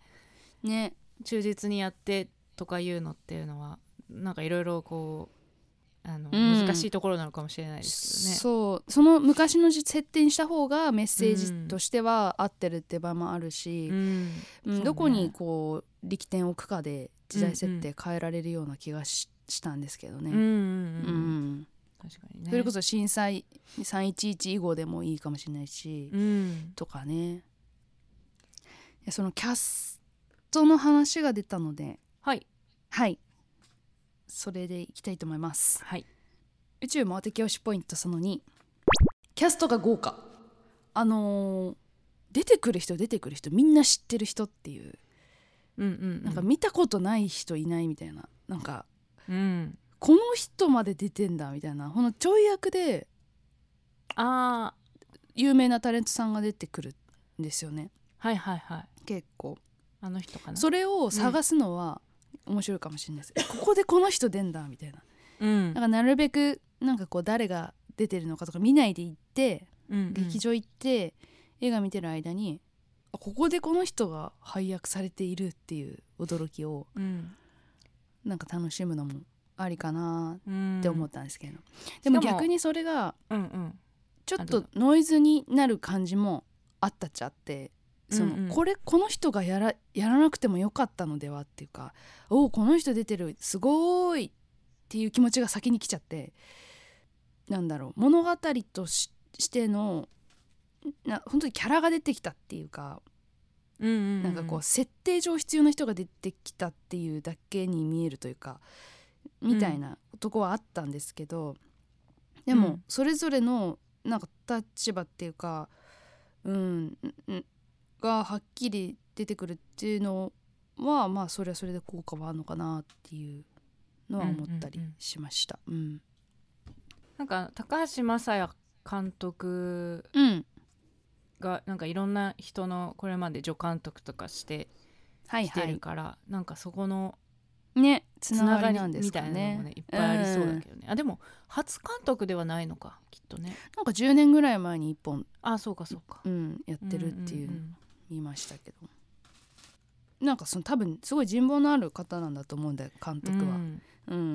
Speaker 3: ね
Speaker 2: 忠実にやってとかいうのっていうのはなんかいろいろこうあの、
Speaker 3: うん
Speaker 2: 難しいところなのかもしれないです
Speaker 3: そうその昔の設定にした方がメッセー
Speaker 2: う
Speaker 3: ジ
Speaker 2: ん
Speaker 3: としては合ってるって場もあるし、
Speaker 2: けどね。うん
Speaker 3: うん
Speaker 2: そうね
Speaker 3: どこにこう力点を置くかで時代設定変えられるような気がし,、たんですけど
Speaker 2: う
Speaker 3: ね。
Speaker 2: んうん
Speaker 3: う
Speaker 2: うん
Speaker 3: ん
Speaker 2: 確かにね。
Speaker 3: それこそ震災311以後でもいいかもしれないし、
Speaker 2: うん
Speaker 3: とかねいやそのキャストの話が出たので
Speaker 2: はい
Speaker 3: はいそれでいきたいと思います
Speaker 2: はい
Speaker 3: 宇宙回って教師ポイントその2キャストが豪華あのー出てくる人出てくる人みんな知ってる人っていう
Speaker 2: うんうん
Speaker 3: なんか見たことない人いないみたいななんか
Speaker 2: うん
Speaker 3: この人まで出てんだみたいなこのちょい役で
Speaker 2: ああ
Speaker 3: 有名なタレントさんが出てくるんですよね
Speaker 2: はいはいはい
Speaker 3: 結構
Speaker 2: あの人かな。
Speaker 3: それを探すのは面白いかもしれないです、ここでこの人出んだみたいな
Speaker 2: うん
Speaker 3: だからなるべくなんかこう誰が出てるのかとか見ないで行って、劇
Speaker 2: 場
Speaker 3: 場行って映画見てる間にあここでこの人が配役されているっていう驚きを
Speaker 2: うん
Speaker 3: なんか楽しむのもありかな
Speaker 2: うん
Speaker 3: って思ったんですけど、でも
Speaker 2: しかも
Speaker 3: 逆にそれが
Speaker 2: うんうん
Speaker 3: ちょ
Speaker 2: あ
Speaker 3: っ
Speaker 2: どう
Speaker 3: と
Speaker 2: ぞ
Speaker 3: ノイズになる感じもあったっちゃってその、
Speaker 2: うんうん
Speaker 3: これこの人がやらやらなくてもよかったのではっていうかおおこの人出てるすごーいっていう気持ちが先に来ちゃってなんだろう物語とししてのな本当にキャラが出てきたっていうか、
Speaker 2: うんうん
Speaker 3: なんかこう設定上必要な人が出てきたっていうだけに見えるというかみたいなとこはあったんですけど、で
Speaker 2: う
Speaker 3: も
Speaker 2: ん
Speaker 3: それぞれのなんか立場っていうかうんんがはっきり出てくるっていうのはまあそれはそれで効果はあるのかなっていうのは思ったり
Speaker 2: うんうんうん
Speaker 3: しました。うん、
Speaker 2: なんか高橋正也監督
Speaker 3: うん
Speaker 2: がなんかいろんな人のこれまで助監督とかして
Speaker 3: はい
Speaker 2: きて
Speaker 3: は
Speaker 2: る
Speaker 3: い
Speaker 2: から、なんかそこの
Speaker 3: ねつ
Speaker 2: つ
Speaker 3: な
Speaker 2: な
Speaker 3: が
Speaker 2: が
Speaker 3: り
Speaker 2: り
Speaker 3: なんです
Speaker 2: みた
Speaker 3: か
Speaker 2: いなのも
Speaker 3: ね
Speaker 2: ねいっぱいありそうだけどね、あでも初監督ではないのかきっとね
Speaker 3: なんか10年ぐらい前に1本、
Speaker 2: あそうかそうか、
Speaker 3: うん、やってるっていううん
Speaker 2: うん
Speaker 3: 見ましたけどなんかその多分すごい人望のある方なんだと思うんだよ監
Speaker 2: うん
Speaker 3: 督は、うん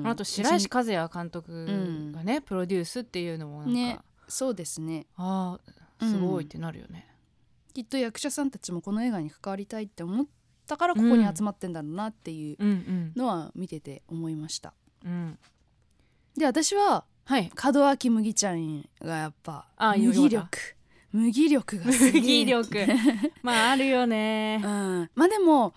Speaker 2: あと白石和也監督がね、プロデュースっていうのもなんか、
Speaker 3: ねそうですね
Speaker 2: ああすごいってなるよね、
Speaker 3: きっと役者さんたちもこの映画に関わりたいって思ったからここに集まってんだろうなっていう
Speaker 2: うん、うん
Speaker 3: のは見てて思いました
Speaker 2: うん
Speaker 3: で私は
Speaker 2: はい
Speaker 3: 門脇麦ちゃんがやっぱ
Speaker 2: あよ
Speaker 3: 麦
Speaker 2: よかっ
Speaker 3: 力麦力がすげえ
Speaker 2: 技力 まああるよね
Speaker 3: うん、まあでも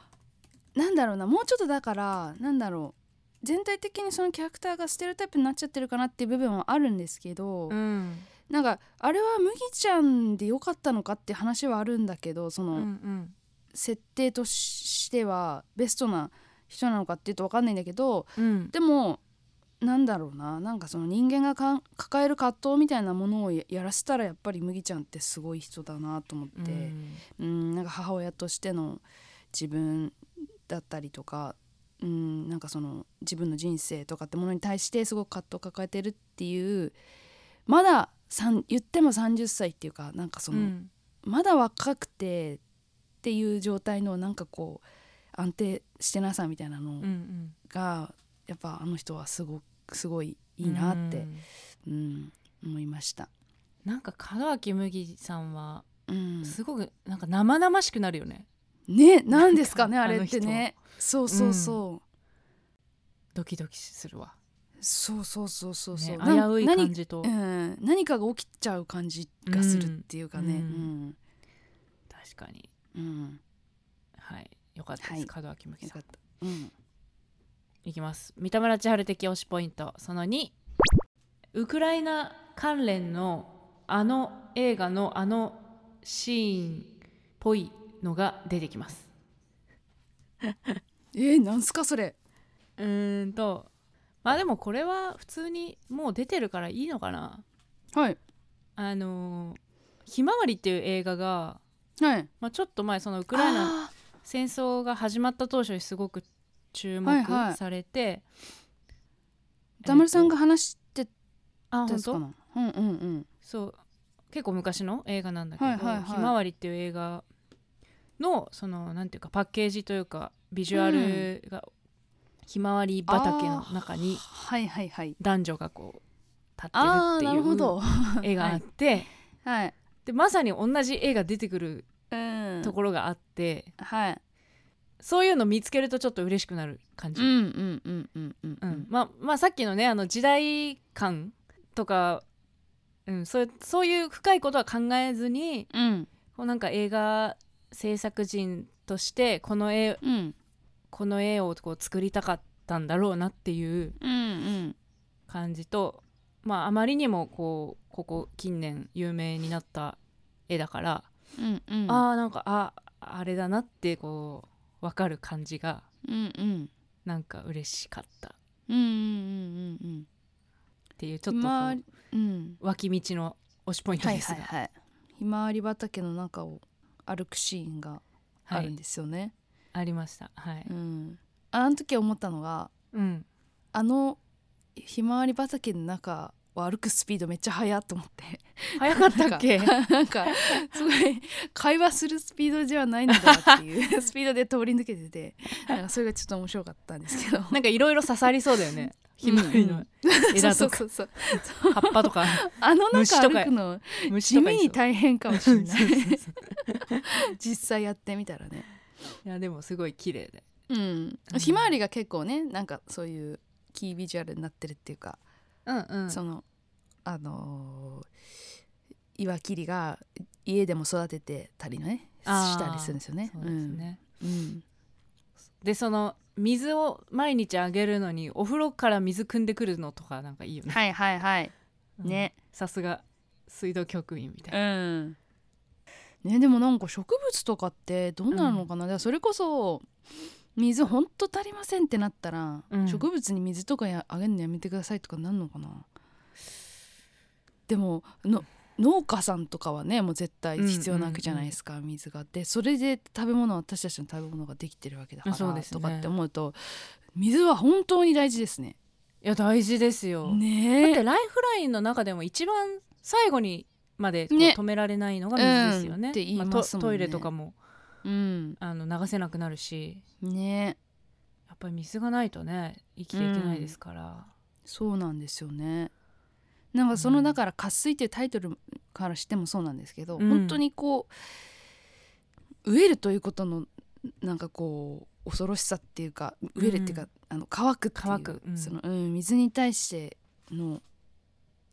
Speaker 3: なんだろうなもうちょっとだからなんだろう全体的にそのキャラクターがステレオタイプになっちゃってるかなっていう部分はあるんですけど、
Speaker 2: うん
Speaker 3: なんかあれは麦ちゃんでよかったのかって話はあるんだけどその、
Speaker 2: うんうん
Speaker 3: 設定とししてはベストな人なのかっていうと分かんないんだけど
Speaker 2: うん
Speaker 3: でもなんだろうななんかその人間がかん抱える葛藤みたいなものをややらせたらやっぱり麦ちゃんってすごい人だなと思って、うん、なんか母親としての自分だったりとか、うん、なんかその自分の人生とかってものに対してすごく葛藤を抱えてるっていうまださん言っても30歳っていうかなんかその、
Speaker 2: うん
Speaker 3: まだ若くてっていう状態のなんかこう安定してなさみたいなの
Speaker 2: うん
Speaker 3: が、やっぱあの人はすごくすごい
Speaker 2: うん
Speaker 3: いいなって、
Speaker 2: う
Speaker 3: うん
Speaker 2: ん
Speaker 3: 思いました。
Speaker 2: なんか門脇麦さんは
Speaker 3: うん、
Speaker 2: すごくなんか生々しくなるよね
Speaker 3: ねなんですかね
Speaker 2: なん
Speaker 3: あ
Speaker 2: か
Speaker 3: れってねそうそうそう、
Speaker 2: ドキドキするわ
Speaker 3: そうそうそうそうそ
Speaker 2: ね
Speaker 3: う、な
Speaker 2: 危うい感じと
Speaker 3: 何,、うん、何かが起きちゃう感じがするっていうかね。
Speaker 2: う
Speaker 3: うんん
Speaker 2: 確かに
Speaker 3: うん
Speaker 2: はいよかったです、
Speaker 3: はい
Speaker 2: 門脇麦
Speaker 3: よ
Speaker 2: さ
Speaker 3: か
Speaker 2: ん
Speaker 3: ったうん
Speaker 2: いきます三田村千春的推しポイントその2ウクライナ関連のあの映画のあのシーンっぽいのが出てきます
Speaker 3: えー、なんすかそれ
Speaker 2: うーんとまあでもこれは普通にもう出てるからいいのかな
Speaker 3: はい
Speaker 2: あのーひまわり」っていう映画が、
Speaker 3: はい
Speaker 2: まあ、ちょっと前そのウクライナ
Speaker 3: あ
Speaker 2: 戦争が始まった当初にすごく注
Speaker 3: はい
Speaker 2: 目
Speaker 3: はい
Speaker 2: されて
Speaker 3: ー田村さんが話して
Speaker 2: あ
Speaker 3: で
Speaker 2: 本
Speaker 3: すか
Speaker 2: 当
Speaker 3: なうんうんうん
Speaker 2: そう結構昔の映画なんだけど「
Speaker 3: はいはいはい
Speaker 2: ひまわり」っていう映画のそのなんていうかパッケージというかビジュアルが、ひまわり畑の中に
Speaker 3: はいはいはい
Speaker 2: 男女がこう立
Speaker 3: あ
Speaker 2: って
Speaker 3: ー
Speaker 2: るっ
Speaker 3: な
Speaker 2: てい
Speaker 3: るほ
Speaker 2: う
Speaker 3: ど
Speaker 2: 絵があって、
Speaker 3: はい
Speaker 2: でまさに同じ絵が出てくる
Speaker 3: うん
Speaker 2: ところがあって、
Speaker 3: はい
Speaker 2: そういうの見つけるとちょっと嬉しくなる感じ、
Speaker 3: うんうんうんうんうん
Speaker 2: うんまあまあさっきのねあの時代感とか、うん、そういうそういう深いことは考えずに
Speaker 3: うん
Speaker 2: こうなんか映画制作人としてこの絵
Speaker 3: うん
Speaker 2: この絵をこう作りたかったんだろうなっていう
Speaker 3: うんうん
Speaker 2: 感じと、まあ、あまりにもこうここ近年有名になった絵だから、
Speaker 3: うんうん
Speaker 2: ああなんかああれだなってこう分かる感じが
Speaker 3: うんうん
Speaker 2: なんか嬉しかったっ
Speaker 3: うんうんうんうん
Speaker 2: ていうちょ
Speaker 3: ひ
Speaker 2: っとこ
Speaker 3: まわ
Speaker 2: う
Speaker 3: りうん
Speaker 2: 脇道の推しポイント
Speaker 3: はい
Speaker 2: です
Speaker 3: はい
Speaker 2: が
Speaker 3: はいひまわり畑の中を歩くシーンがあ
Speaker 2: は
Speaker 3: るん
Speaker 2: い
Speaker 3: ですよね
Speaker 2: ありましたはい
Speaker 3: うんあの時思ったのが
Speaker 2: うん
Speaker 3: あのひまわり畑の中を歩くスピードめっちゃ速っと思って
Speaker 2: 早かったっ け
Speaker 3: なんかすごい会話するスピードではないのだなっていう スピードで通り抜けててなんかそれがちょっと面白かったんです けど
Speaker 2: なんかいろいろ刺さりそうだよ ねひまわりの枝
Speaker 3: そう
Speaker 2: と
Speaker 3: そ
Speaker 2: か
Speaker 3: うそう
Speaker 2: 葉っぱとか
Speaker 3: あの
Speaker 2: 虫
Speaker 3: 中
Speaker 2: と
Speaker 3: 歩
Speaker 2: か
Speaker 3: くの
Speaker 2: 虫
Speaker 3: 地
Speaker 2: とか
Speaker 3: 味
Speaker 2: い
Speaker 3: に
Speaker 2: そう
Speaker 3: 大変かもしれない
Speaker 2: そうそうそう
Speaker 3: 実際やってみたらね、
Speaker 2: いやでもすごい綺麗で
Speaker 3: うん、ひまわりが結構ねなんかそういうキービジュアルになってるっていうか、
Speaker 2: うんうん
Speaker 3: そのあのー岩切りが家でも育ててたりね
Speaker 2: あー
Speaker 3: したりするんですよね。
Speaker 2: そうですね
Speaker 3: うんうん
Speaker 2: でその水を毎日あげるのにお風呂から水汲んでくるのとかなんかいいよね
Speaker 3: はいはいはい。ね。
Speaker 2: うんさすが水道局員みたいな
Speaker 3: うん。ねでもなんか植物とかってどうなるのかな、だからそれこそ水ほんと足りませんってなったら、
Speaker 2: うん
Speaker 3: 植物に水とかやあげるのやめてくださいとかなんのかなでもの農家さんとかはねもう絶対必要なわけじゃないですか、水がでそれで食べ物私たちの食べ物ができてるわけだから、
Speaker 2: そうですね
Speaker 3: とかって思うと水は本当に大事ですね。
Speaker 2: いや大事ですよ、だっ
Speaker 3: ね
Speaker 2: てライフラインの中でも一番最後にまでこう
Speaker 3: ね
Speaker 2: 止められないのが水ですよね。
Speaker 3: うんって言います
Speaker 2: あ
Speaker 3: もんね
Speaker 2: トトイレとかも
Speaker 3: うん
Speaker 2: あの流せなくなるし
Speaker 3: ね
Speaker 2: やっぱり水がないとね生きていけないですから。
Speaker 3: そうなんですよねなんかそうの
Speaker 2: ん
Speaker 3: だから「渇水」っていうタイトルからしてもそうなんですけど、
Speaker 2: うん
Speaker 3: 本当にこう飢えるということのなんかこう恐ろしさっていうか飢えるっていうか、
Speaker 2: う
Speaker 3: あの乾くっていう
Speaker 2: 乾くうん
Speaker 3: そのうん、水に対しての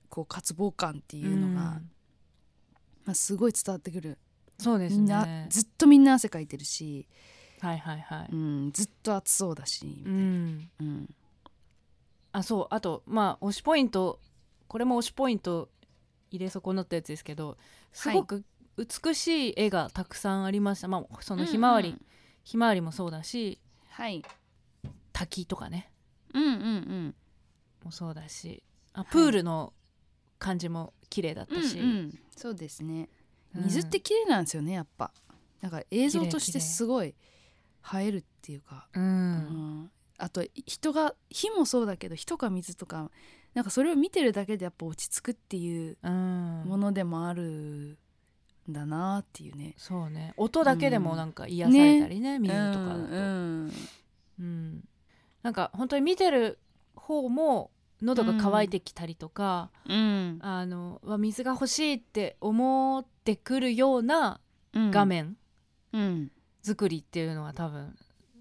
Speaker 3: こう渇望感っていうの
Speaker 2: う
Speaker 3: が、
Speaker 2: ん
Speaker 3: まあ、すごい伝わってくる、
Speaker 2: そうです
Speaker 3: みんな
Speaker 2: ね。
Speaker 3: ずっとみんな汗かいてるし、
Speaker 2: はいはいはい。
Speaker 3: うん、ずっと暑そうだし、み
Speaker 2: う、
Speaker 3: たいなんうん
Speaker 2: あそうあとまあ推しポイントこれも推しポイント入れ損なったやつですけどすごく美しい絵がたくさんありました、まあ、そのひまわり、
Speaker 3: うんうん
Speaker 2: ひまわりもそうだし
Speaker 3: はい
Speaker 2: 滝とかね
Speaker 3: うんうんうん
Speaker 2: もそうだしあ
Speaker 3: い
Speaker 2: プールの感じも綺麗だったし、
Speaker 3: うんうんそうですね
Speaker 2: うん
Speaker 3: 水って綺麗なんですよねやっぱなんか映像とし
Speaker 2: 綺
Speaker 3: て
Speaker 2: 麗
Speaker 3: すごい映えるっていうか
Speaker 2: う
Speaker 3: うんんあと人が火もそうだけど火とか水とかなんかそれを見てるだけでやっぱ落ち着くっていう
Speaker 2: うん
Speaker 3: ものでもあるんだなっていうね。
Speaker 2: そうね音だけでもなんか癒されたりね水とかだと、
Speaker 3: うん
Speaker 2: うんなんか本当に見てる方も喉が渇いてきたりとか、
Speaker 3: うん
Speaker 2: あのうわ水が欲しいって思ってくるような
Speaker 3: うん
Speaker 2: 画面
Speaker 3: うん
Speaker 2: 作りっていうのは多分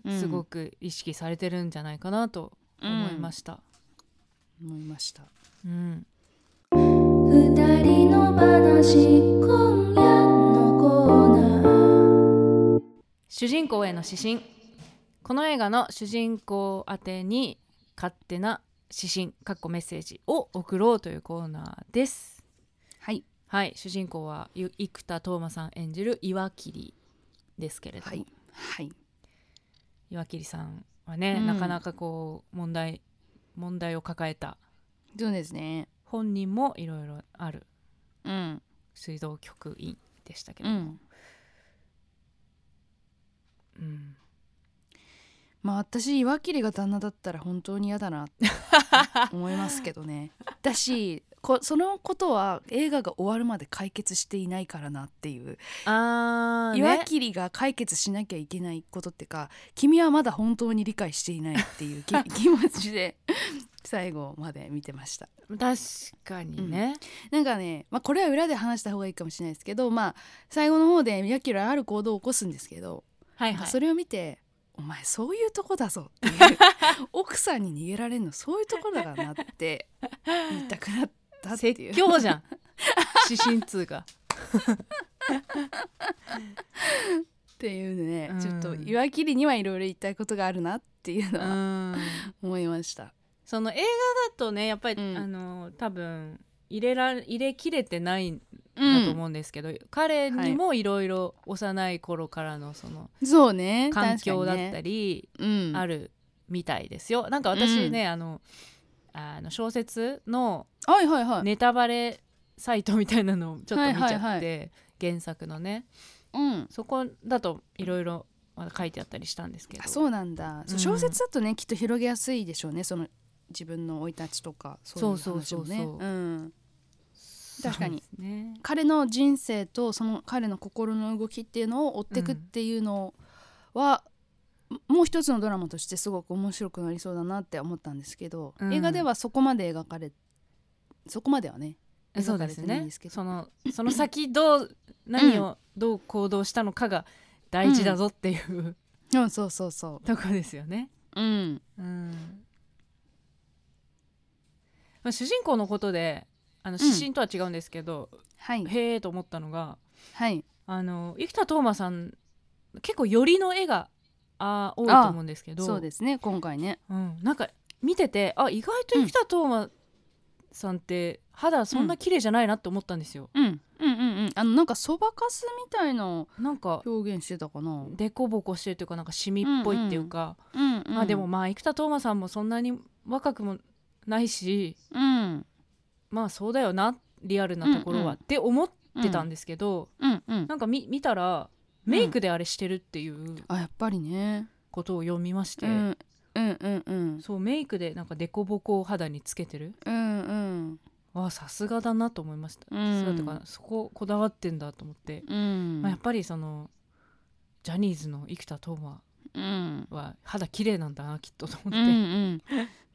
Speaker 3: うん
Speaker 2: すごく意識されてるんじゃないかなと思いました。
Speaker 3: 思いました。
Speaker 2: うん
Speaker 1: 二人の話今夜のコーナー
Speaker 2: 主人公への指針この映画の主人公宛てに勝手な指針かっこメッセージを送ろうというコーナーです
Speaker 3: はい
Speaker 2: はい主人公はゆ生田斗真さん演じる岩切ですけれども、
Speaker 3: はいはい
Speaker 2: 岩切さんはね、
Speaker 3: うん
Speaker 2: なかなかこう問題問題を抱えた
Speaker 3: そうですね。
Speaker 2: 本人もいろいろある
Speaker 3: うん
Speaker 2: 水道局員でしたけ
Speaker 3: う
Speaker 2: ども、
Speaker 3: ん。
Speaker 2: うん
Speaker 3: まあ私岩切が旦那だったら本当に嫌だなって 思いますけどね。だしこそのことは映画が終わるまで解決していないからなっていう。
Speaker 2: あー
Speaker 3: 岩
Speaker 2: ね
Speaker 3: 切が解決しなきゃいけないことってか君はまだ本当に理解していないっていう き気持ちで最後まで見てました
Speaker 2: 確かにね、
Speaker 3: なんかね、まあ、これは裏で話した方がいいかもしれないですけど、まあ、最後の方で岩切はある行動を起こすんですけど、
Speaker 2: はい
Speaker 3: なん
Speaker 2: は
Speaker 3: か
Speaker 2: い
Speaker 3: それを見て「お前そういうとこだぞ」っていう 奥さんに逃げられるのそういうところだからなって言いたくなったっていう
Speaker 2: 説教 じゃん指針通が
Speaker 3: っていうね、
Speaker 2: うん
Speaker 3: ちょっと岩切にはいろいろ言いたいことがあるなっていうの
Speaker 2: う
Speaker 3: は
Speaker 2: ん
Speaker 3: 思いました。
Speaker 2: その映画だとねやっぱり、
Speaker 3: うん
Speaker 2: あの多分入れら入れきれてないん
Speaker 3: うん
Speaker 2: だと思うんですけど、彼にもいろいろ幼い頃からのその
Speaker 3: そうね
Speaker 2: 環境だった
Speaker 3: り、
Speaker 2: り
Speaker 3: うん、
Speaker 2: あ
Speaker 3: る
Speaker 2: るみたいですよ、なんか私ね、あのあの小説の
Speaker 3: はいはいはい、
Speaker 2: ネタバレサイトみたいなのをちょっと見ちゃって、
Speaker 3: はいはい
Speaker 2: 原作のね
Speaker 3: うん
Speaker 2: そこだといろいろ書いてあったりしたんですけど
Speaker 3: あそうなんだ、そ
Speaker 2: う
Speaker 3: う
Speaker 2: ん
Speaker 3: 小説だとねきっと広げやすいでしょうねその自分の生い立ちとかそういう
Speaker 2: そう
Speaker 3: 話
Speaker 2: そ
Speaker 3: も
Speaker 2: うそうそう
Speaker 3: ねうん確かに
Speaker 2: そうですね
Speaker 3: 彼の人生とその彼の心の動きっていうのを追っていくっていうのは、もう一つのドラマとしてすごく面白くなりそうだなって思ったんですけど、
Speaker 2: うん
Speaker 3: 映画ではそこまで描かれそこまではね
Speaker 2: そ
Speaker 3: 描
Speaker 2: う
Speaker 3: か
Speaker 2: で
Speaker 3: れ
Speaker 2: す
Speaker 3: てないん
Speaker 2: ね
Speaker 3: ですけど
Speaker 2: そのその先どう何をどう行動したのかが大事だぞっていう、
Speaker 3: うんそうそうそ
Speaker 2: とこですよね。
Speaker 3: ううん
Speaker 2: うんまあ主人公のことであの指針とは違うんですけど、
Speaker 3: はい
Speaker 2: へえと思ったのが
Speaker 3: はい
Speaker 2: あの生田斗真さん結構寄りの絵があー多いと思うんですけど
Speaker 3: そうですね今回ね
Speaker 2: うん、なんか見ててあ意外と生田斗真さんって肌そんな綺麗じゃないなって思ったんですよ。
Speaker 3: うん、うんうんうんあのなんかそばかすみたいな
Speaker 2: なんか
Speaker 3: 表現してたかな、
Speaker 2: デコボコしてるというかなんかシミっぽいっていうか、
Speaker 3: うんうん
Speaker 2: まあでもまあ生田斗真さんもそんなに若くもないし
Speaker 3: うん
Speaker 2: まあそうだよなリアルなところは、
Speaker 3: うんうん
Speaker 2: って思ってたんですけど、
Speaker 3: うんうん
Speaker 2: なんか見見たらメイクであれしてるっていう
Speaker 3: あやっぱりね
Speaker 2: ことを読みまして、
Speaker 3: うんうんうんうん
Speaker 2: そうメイクでなんかデコボコを肌につけてる
Speaker 3: うんうん
Speaker 2: わあさすがだなと思いました、
Speaker 3: うん
Speaker 2: さすがとかそここだわってんだと思って、
Speaker 3: うん
Speaker 2: まあ、やっぱりそのジャニーズの生田斗真
Speaker 3: うん
Speaker 2: は肌綺麗なんだなきっとと思っ
Speaker 3: う
Speaker 2: て、
Speaker 3: んうん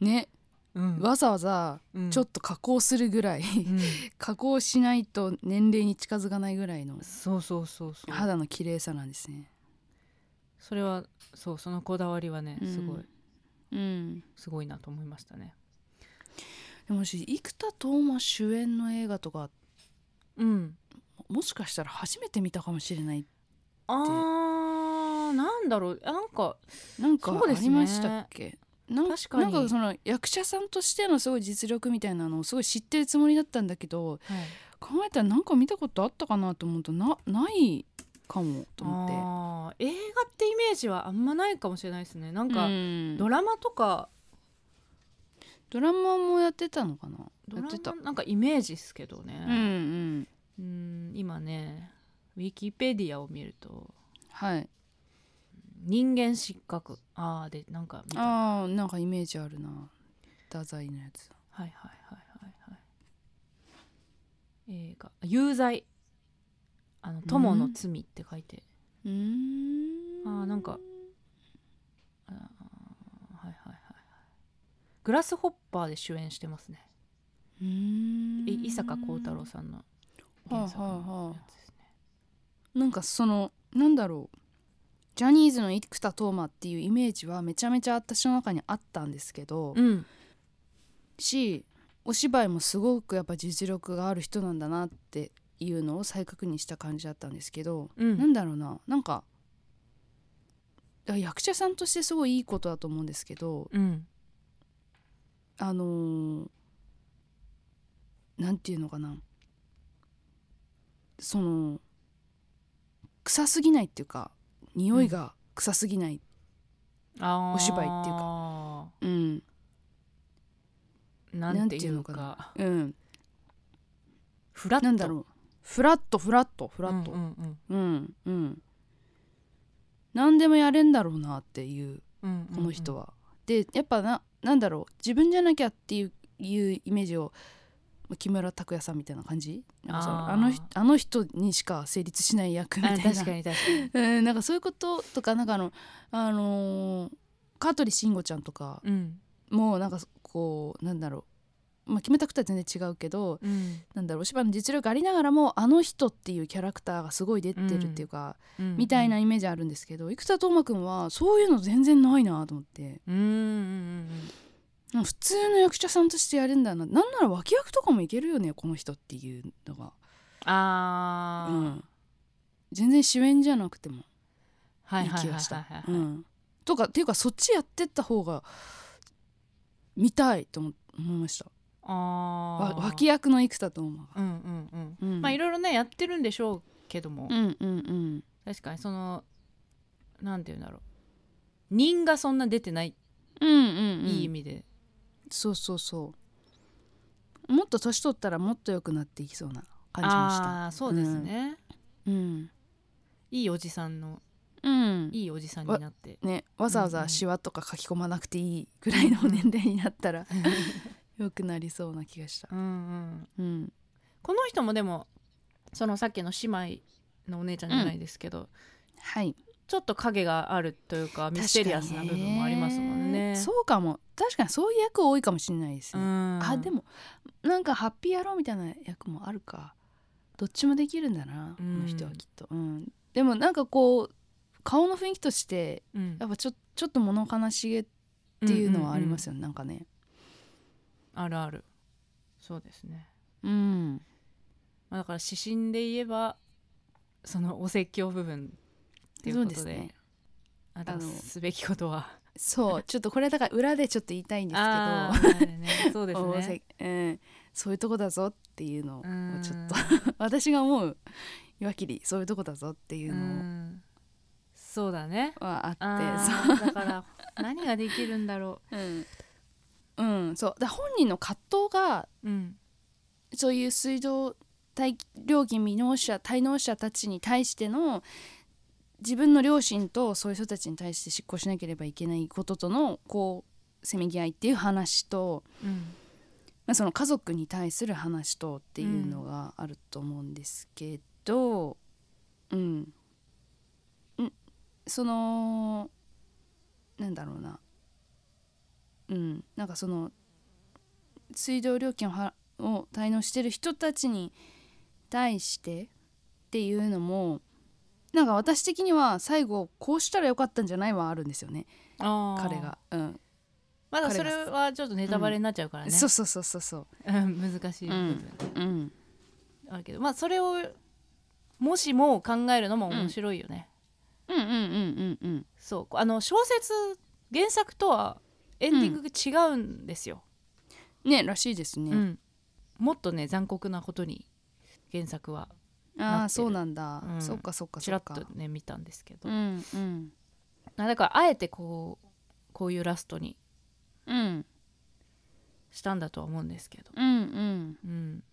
Speaker 3: ね
Speaker 2: うん
Speaker 3: わざわざ
Speaker 2: うん
Speaker 3: ちょっと加工するぐらい
Speaker 2: うん
Speaker 3: 加工しないと年齢に近づかないぐらいの
Speaker 2: そうそうそうそう
Speaker 3: 肌の綺麗さなんですね
Speaker 2: それはそうそのこだわりはね
Speaker 3: うん
Speaker 2: すごい、
Speaker 3: うん
Speaker 2: すごいなと思いましたね
Speaker 3: でももし生田斗真主演の映画とか
Speaker 2: うん
Speaker 3: もしかしたら初めて見たかもしれない
Speaker 2: あーなんだろうなんか
Speaker 3: なんか
Speaker 2: そう
Speaker 3: あ
Speaker 2: ですね
Speaker 3: りましたっけ、なん
Speaker 2: 確かに
Speaker 3: なんかその役者さんとしてのすごい実力みたいなのをすごい知ってるつもりだったんだけど考えたらなんか見たことあったかなと思うとなないかもと思っ
Speaker 2: あー映画ってイメージはあんまないかもしれないですねなん
Speaker 3: て
Speaker 2: か、
Speaker 3: うん
Speaker 2: ドラマとか
Speaker 3: ドラマもやってたのかな
Speaker 2: ド
Speaker 3: や
Speaker 2: ラ
Speaker 3: ってた
Speaker 2: マなんかイメージですけど
Speaker 3: うんう
Speaker 2: ね、
Speaker 3: ん
Speaker 2: うん今ねウィキペディアを見ると
Speaker 3: はい
Speaker 2: 人間失格ああでなんか見たはい
Speaker 3: あーなんかイメージあるな太宰のやつ
Speaker 2: はいはいはいはい映画「有罪」あの「友の罪」って書いて、
Speaker 3: うーん
Speaker 2: あーなんかあーはいはいはいグラスホッパーで主演してますね
Speaker 3: うーん
Speaker 2: い伊坂幸太郎さんの原作のやつですね、
Speaker 3: なんかそのなんだろうジャニーズの生田斗真っていうイメージはめちゃめちゃ私の中にあったんですけど、
Speaker 2: うん
Speaker 3: しお芝居もすごくやっぱ実力がある人なんだなっていうのを再確認した感じだったんですけど、
Speaker 2: うん
Speaker 3: なんだろうななんかだから役者さんとしてすごいいいことだと思うんですけど
Speaker 2: うん
Speaker 3: あのーなんていうのかなその臭すぎないっていうか匂いが臭すぎない、
Speaker 2: あー
Speaker 3: お芝居っていううん
Speaker 2: なんていうか
Speaker 3: なうん、
Speaker 2: フラット
Speaker 3: なんだろうフラットフラットフラット、
Speaker 2: うんうん
Speaker 3: うんうん何でもやれんだろうなっていう
Speaker 2: うんうんうん
Speaker 3: この人は。でやっぱななんだろう自分じゃなきゃっていういうイメージをまあ木村拓哉さんみたいな感じなんかその
Speaker 2: あー
Speaker 3: あの人あの人にしか成立しない役みた
Speaker 2: あ
Speaker 3: いな
Speaker 2: 確かに確かに
Speaker 3: うん、なんかそういうこととかなんかあの、あのー香取慎吾ちゃんとか
Speaker 2: うん
Speaker 3: もなんかこうなんだろう、まあ、決めたくては全然違うけど
Speaker 2: うん
Speaker 3: なんだろうお芝居の実力ありながらもあの人っていうキャラクターがすごい出てるっていうか、
Speaker 2: うん
Speaker 3: みたいなイメージあるんですけど、生田斗真君はそういうの全然ないなと思って
Speaker 2: うんうんうん
Speaker 3: なんか普通の役者さんとしてやるんだななんなら脇役とかもいけるよねこの人っていうのが、
Speaker 2: うんあー
Speaker 3: うん、全然主演じゃなくても
Speaker 2: はい
Speaker 3: いい
Speaker 2: はい
Speaker 3: 気
Speaker 2: はい
Speaker 3: がし
Speaker 2: はい
Speaker 3: た
Speaker 2: は。
Speaker 3: う
Speaker 2: いはい
Speaker 3: んとかっていうかそっちやってった方が見たいと思思いましたわ
Speaker 2: あー
Speaker 3: 脇役の生田斗真が。
Speaker 2: うんうんう
Speaker 3: う
Speaker 2: ん
Speaker 3: ん
Speaker 2: まあいろいろねやってるんでしょうけども
Speaker 3: うんうんうん
Speaker 2: 確かにそのなんていうんだろう人がそんな出てない
Speaker 3: うんうんうん
Speaker 2: いい意味で
Speaker 3: そうそうそうもっと年取ったらもっと良くなっていきそうな感じました
Speaker 2: ああーそうですね
Speaker 3: うん
Speaker 2: いいおじさんの
Speaker 3: うん
Speaker 2: いいおじさんになって
Speaker 3: ね、わざわ
Speaker 2: うんう
Speaker 3: ざ
Speaker 2: ん
Speaker 3: シワとか書き込まなくていいぐらいの
Speaker 2: うん
Speaker 3: 年齢になったら良くなりそうな気がした
Speaker 2: う、んうん
Speaker 3: うん、
Speaker 2: この人もでもそのさっきの姉妹のお姉ちゃんじゃないですけど、
Speaker 3: はい
Speaker 2: ちょっと影があるというかミステリアスな部分もありますもんね。う
Speaker 3: そうかも確かにそういう役多いかもしれないですね、
Speaker 2: ん
Speaker 3: あでもなんかハッピー野郎みたいな役もあるかどっちもできるんだな、
Speaker 2: うん
Speaker 3: この人はきっと、うん、でもなんかこう顔の雰囲気として
Speaker 2: うん
Speaker 3: やっぱちょちょっと物悲しげっていうのはあります
Speaker 2: よ、
Speaker 3: よね、なんかね
Speaker 2: あるあるそうですね、
Speaker 3: うん
Speaker 2: まあ、だから指針で言えばそのお説教部分っていうことで
Speaker 3: そうですね
Speaker 2: あと
Speaker 3: あの
Speaker 2: すべきことは
Speaker 3: そうちょっとこれはだから裏でちょっと言いたいんですけど
Speaker 2: あーはいねそうです
Speaker 3: お
Speaker 2: ね
Speaker 3: せうん、そういうとこだぞっていうのを
Speaker 2: うん
Speaker 3: ちょっと 私が思う岩切りそういうとこだぞっていううの
Speaker 2: んそうだね
Speaker 3: はあってそ
Speaker 2: あーだから何ができるんだろ
Speaker 3: ううん、うん、そうだ本人の葛藤が
Speaker 2: う、うん、
Speaker 3: そういう水道対料金未納者滞納者たちに対しての自分の両親とそういう人たちに対して執行しなければいけないこととのこうせめぎ合いっていう話と、
Speaker 2: うん
Speaker 3: まあ、その家族に対する話とっていうのがあると思うんですけど、うん、んそのなんだろうな、うん、なんかその水道料金をはを滞納してる人たちに対してっていうのもなんか私的には最後こうしたらよかったんじゃないはあるんですよね
Speaker 2: あー
Speaker 3: 彼が、うん
Speaker 2: まだ
Speaker 3: 彼
Speaker 2: そ
Speaker 3: が
Speaker 2: れはちょっとネタバレになっちゃうからね、
Speaker 3: そうそうそうそうそ
Speaker 2: うん難しい部分
Speaker 3: う、うん、
Speaker 2: あるけど、まあそれをもしも考えるのも面白いよね、
Speaker 3: うんうんうんうんうん
Speaker 2: そうこうあの小説原作とはエンディングが違うんですよ、
Speaker 3: ねらしいです
Speaker 2: う
Speaker 3: ね、
Speaker 2: んもっとね残酷なことに原作は
Speaker 3: あ
Speaker 2: な
Speaker 3: あ
Speaker 2: ってる
Speaker 3: そうなんだ、
Speaker 2: うん
Speaker 3: そっかそっか
Speaker 2: ち
Speaker 3: そ
Speaker 2: らっ
Speaker 3: っか
Speaker 2: とね見たんですけど、
Speaker 3: うんうん
Speaker 2: あだからあえてこうこういうラストに
Speaker 3: うん
Speaker 2: したんだとは思うんですけど、
Speaker 3: うんうん
Speaker 2: うん、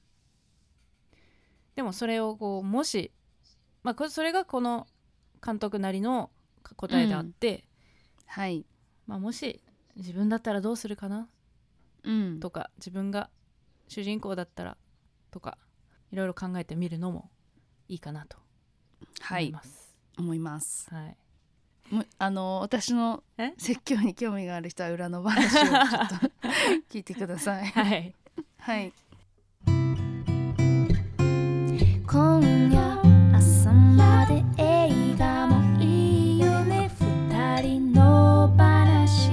Speaker 2: でもそれをこうもし、まあ、これそれがこの監督なりの答えであって、
Speaker 3: はい
Speaker 2: まあ、もし自分だったらどうするかな
Speaker 3: うん
Speaker 2: とか自分が主人公だったらとかいろいろ考えてみるのもいいかなと
Speaker 3: は
Speaker 2: 思い
Speaker 3: い
Speaker 2: ます。
Speaker 3: 思います
Speaker 2: はい
Speaker 3: もうあの私の
Speaker 2: え
Speaker 3: 説教に興味がある人は裏の話をちょっと 聞いてください
Speaker 2: はい
Speaker 3: はい
Speaker 1: 今夜朝まで映画もいいよね二人の話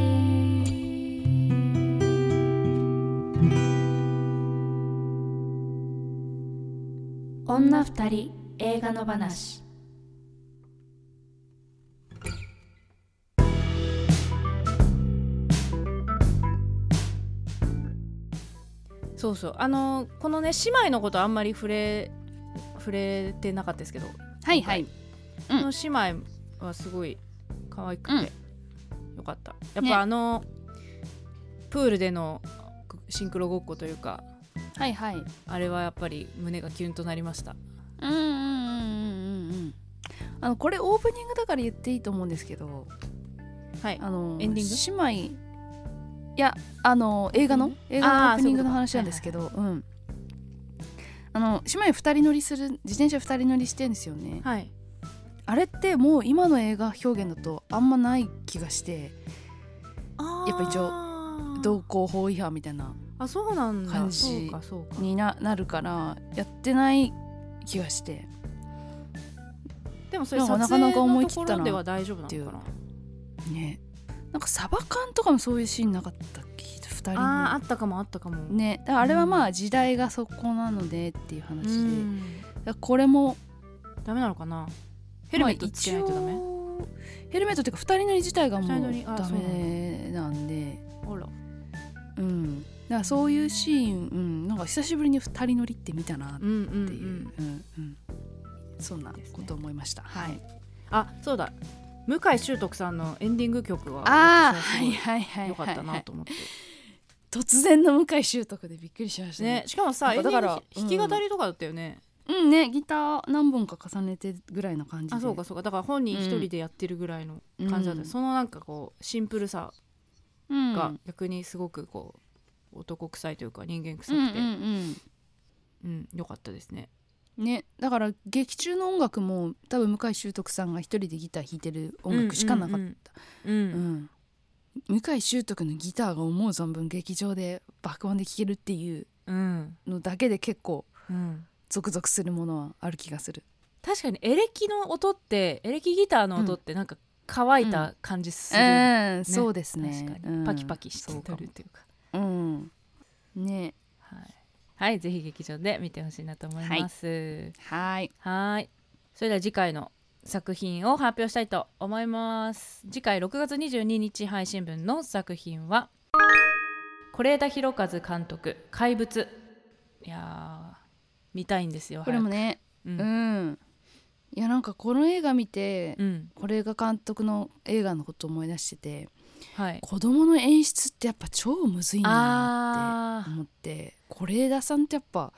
Speaker 1: 女二人映画の話
Speaker 2: そうそうあのこのね姉妹のことあんまり触れ触れてなかったですけど、
Speaker 3: はいはい
Speaker 2: この姉妹はすごい可愛くて、よかったやっ
Speaker 3: ね
Speaker 2: ぱあの、プールでのシンクロごっこというか
Speaker 3: はいはい
Speaker 2: あれはやっぱり胸がキュンとなりました
Speaker 3: うんうんうんうんうんうんあのこれオープニングだから言っていいと思うんですけど
Speaker 2: はい
Speaker 3: あの
Speaker 2: エンディ
Speaker 3: 姉妹いやあの映画の、
Speaker 2: うん
Speaker 3: 映画の
Speaker 2: あー
Speaker 3: オープニングの
Speaker 2: そういうことか
Speaker 3: 話なんですけどうんあの姉妹二人乗りする自転車二人乗りしてるんですよね、
Speaker 2: はい
Speaker 3: あれってもう今の映画表現だとあんまない気がしてやっぱ一応
Speaker 2: 応
Speaker 3: 同行法違反みたいな
Speaker 2: あそうなんだ
Speaker 3: 感じ
Speaker 2: そうかそうか
Speaker 3: にななるからやってない気がして
Speaker 2: でもそれ
Speaker 3: なんか
Speaker 2: 撮影
Speaker 3: なかなか思い
Speaker 2: の
Speaker 3: 切
Speaker 2: と
Speaker 3: っ
Speaker 2: こ
Speaker 3: たな
Speaker 2: ろでは大丈夫なのかな
Speaker 3: ねなんかサバ缶とかもそういうシーンなかったっけ
Speaker 2: あ
Speaker 3: 二人
Speaker 2: ーあ
Speaker 3: の
Speaker 2: ったかもあったかも、
Speaker 3: ねだからあれはまあ時代がそこなのでっていう
Speaker 2: う
Speaker 3: 話で、
Speaker 2: ん
Speaker 3: だからこれも
Speaker 2: ダメなのかなヘルメットつけないとダメ、
Speaker 3: まあ一応ヘルメットっていうか二人乗り自体がも
Speaker 2: 二
Speaker 3: う
Speaker 2: 人乗りあ
Speaker 3: ダメなんで
Speaker 2: あら
Speaker 3: うんだからそういうシーン、うん、なんか久しぶりに二人乗りって見たなって
Speaker 2: うんうん、う
Speaker 3: っていう、うん
Speaker 2: ん、
Speaker 3: うんそんなこと思いました。はい。
Speaker 2: あそうだ向井秀徳さんのエンディング曲は
Speaker 3: あ
Speaker 2: 私は
Speaker 3: あ、は
Speaker 2: す
Speaker 3: い
Speaker 2: ごい
Speaker 3: はいはい。
Speaker 2: 良かったなと思って、
Speaker 3: 突然の向井修徳でびっくりしました
Speaker 2: ね
Speaker 3: ね。
Speaker 2: しかもさ
Speaker 3: なん
Speaker 2: エン
Speaker 3: か
Speaker 2: デ
Speaker 3: だ
Speaker 2: ィ
Speaker 3: から
Speaker 2: ング弾き語りとかだったよね、
Speaker 3: うんね、ギター何本か重ねてぐらいの感じで。
Speaker 2: あそうかそうかだから本人一人でやってるぐらいの感じだった、
Speaker 3: うん
Speaker 2: そのなんかこうシンプルさ
Speaker 3: うん。
Speaker 2: が逆にすごくこう男臭いというか人間臭
Speaker 3: うんうん
Speaker 2: くて、うん、良かったですね。
Speaker 3: うん。ね、だから劇中の音楽も多分向井修徳さんが一人でギター弾いてる音楽しかなかった。
Speaker 2: うんう
Speaker 3: うん
Speaker 2: んうん
Speaker 3: 向井修徳のギターが思う存分劇場で爆音で聴けるっていう
Speaker 2: うん
Speaker 3: のだけで結構
Speaker 2: うん
Speaker 3: ゾクゾクするものはある気がする。
Speaker 2: 確かにエレキの音ってエレキギターの音ってなんか乾いた感じする、
Speaker 3: うん、そうですね
Speaker 2: 確かに、パキパ
Speaker 3: キ
Speaker 2: キしてるっていうか
Speaker 3: うんね
Speaker 2: はい、はい、ぜひ劇場で見てほしいなと思います
Speaker 3: はい
Speaker 2: はいそれでは次回の作品を発表したいと思います次回6月22日配信分の作品は是枝裕和監督「怪物」いやー見たいんですよ
Speaker 3: これもね
Speaker 2: 早
Speaker 3: う
Speaker 2: く
Speaker 3: ん、いやなんかこの映画見て、
Speaker 2: うん、うん、
Speaker 3: これが監督の映画のこと思い出してて
Speaker 2: はい
Speaker 3: 子供の演出ってやっぱ超むずいんだな
Speaker 2: あ
Speaker 3: って思って是枝さんってやっぱ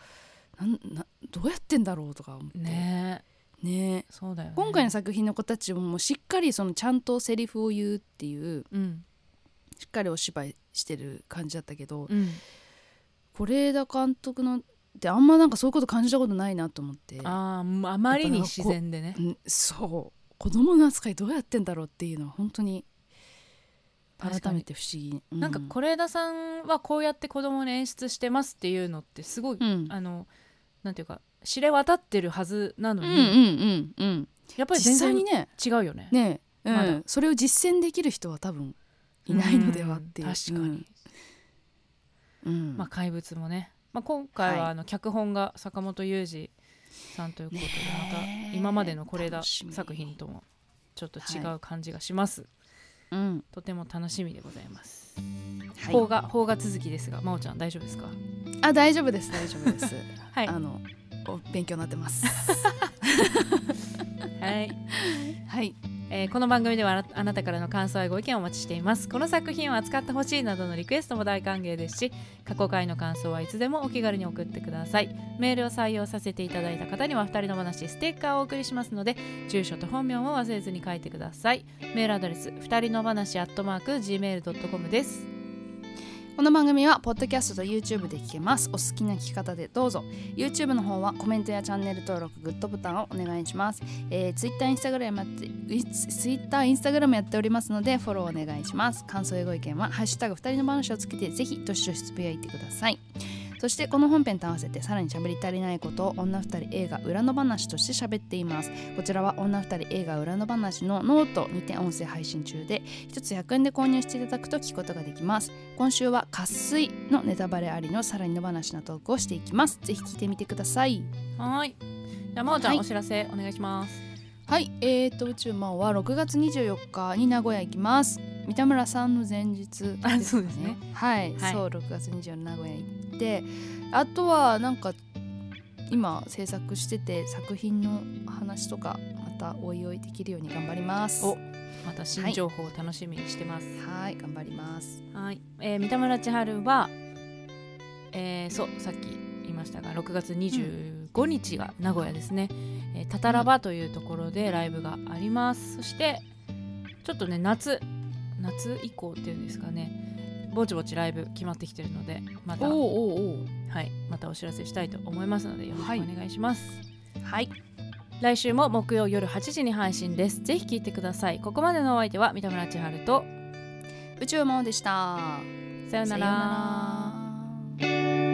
Speaker 3: なんなどうやってんだろうとか思って
Speaker 2: ーねえ
Speaker 3: ね
Speaker 2: そうだよね
Speaker 3: 今回の作品の子たちももうしっかりそのちゃんとセリフを言うっていう
Speaker 2: うん
Speaker 3: しっかりお芝居してる感じだったけど、
Speaker 2: うん
Speaker 3: 是枝監督のってあんまなんかそういうこと感じたことないなと思って
Speaker 2: あーもうあまりに自然でね
Speaker 3: うんそう子供の扱いどうやってんだろうっていうのは本当に改
Speaker 2: 確かに
Speaker 3: めて不思議、う
Speaker 2: なんか是枝さんはこうやって子供に演出してますっていうのってすごい、
Speaker 3: うん
Speaker 2: あのなんていうか知れ渡ってるはずな
Speaker 3: う
Speaker 2: の
Speaker 3: んう
Speaker 2: に、
Speaker 3: んうんうん
Speaker 2: やっぱり
Speaker 3: 実
Speaker 2: 全
Speaker 3: 際
Speaker 2: 然
Speaker 3: にね
Speaker 2: 違うよね
Speaker 3: ね、うん
Speaker 2: まだ
Speaker 3: それを実践できる人は多分いないのではっていう
Speaker 2: うん確かに、
Speaker 3: うんうん
Speaker 2: まあ、怪物もね、まあ、今回
Speaker 3: は
Speaker 2: はいあの脚本が坂本雄二さんということで、
Speaker 3: ね
Speaker 2: また
Speaker 3: え
Speaker 2: 今までの是枝
Speaker 3: 楽しみ
Speaker 2: 作品ともちょっと違う感じがします、
Speaker 3: うん
Speaker 2: とても楽しみでございます
Speaker 3: はい
Speaker 2: 邦画邦画続きですが真央ちゃん大丈夫ですか
Speaker 3: あ大丈夫です大丈夫です、
Speaker 2: はい
Speaker 3: あのお勉強になってます
Speaker 2: はい
Speaker 3: はい
Speaker 2: えーこの番組ではあなあなたからの感想やご意見をお待ちしていますこの作品を扱ってほしいなどのリクエストも大歓迎ですし過去回の感想はいつでもお気軽に送ってくださいメールを採用させていただいた方には2人の話ステッカーをお送りしますので住所と本名も忘れずに書いてくださいメールアドレス2人の話アットマーク gmail.com です
Speaker 3: この番組はポッドキャストと YouTube で聞けますお好きな聞き方でどうぞ YouTube の方はコメントやチャンネル登録グッドボタンをお願いします、えー、Twitter、Instagram やって Twitter、Instagram やっておりますのでフォローお願いします感想やご意見は「ハッシュタグ二人の話」をつけてぜひどしどしつぶやいてくださいそしてこの本編と合わせてさらに喋り足りないことを女二人映画裏の話として喋っていますこちらは女二人映画裏の話のノートにて音声配信中で一つ100円で購入していただくと聞くことができます今週は渇水のネタバレありのさらにの話なトークをしていきますぜひ聞いてみてください
Speaker 2: はーいじゃあ真央ちゃん、
Speaker 3: はい
Speaker 2: お知らせお願いします
Speaker 3: はいえー、と宇宙魔王は6月24日に名古屋行きます三田村さんの前日ですか
Speaker 2: あそうですね
Speaker 3: はい、
Speaker 2: はい
Speaker 3: そう6月24日名古屋行ってあとはなんか今制作してて作品の話とかまたおいおいできるように頑張ります
Speaker 2: おまた新情報を楽しみにしてます、
Speaker 3: はい頑張ります
Speaker 2: はい、えー、三田村千春は、えー、そうさっき言いましたが6月25日が名古屋ですね、えータタラバというところでライブがありますそしてちょっとね夏夏以降っていうんですかねぼちぼちライブ決まってきてるのでまた、は
Speaker 3: おおお
Speaker 2: い、またお知らせしたいと思いますのでよろしくお願いします、
Speaker 3: はい
Speaker 2: 来週も木曜夜8時に配信ですぜひ聞いてくださいここまでのお相手は三田村千春と
Speaker 3: 宇宙魔王でした
Speaker 2: さようなら
Speaker 3: さようなら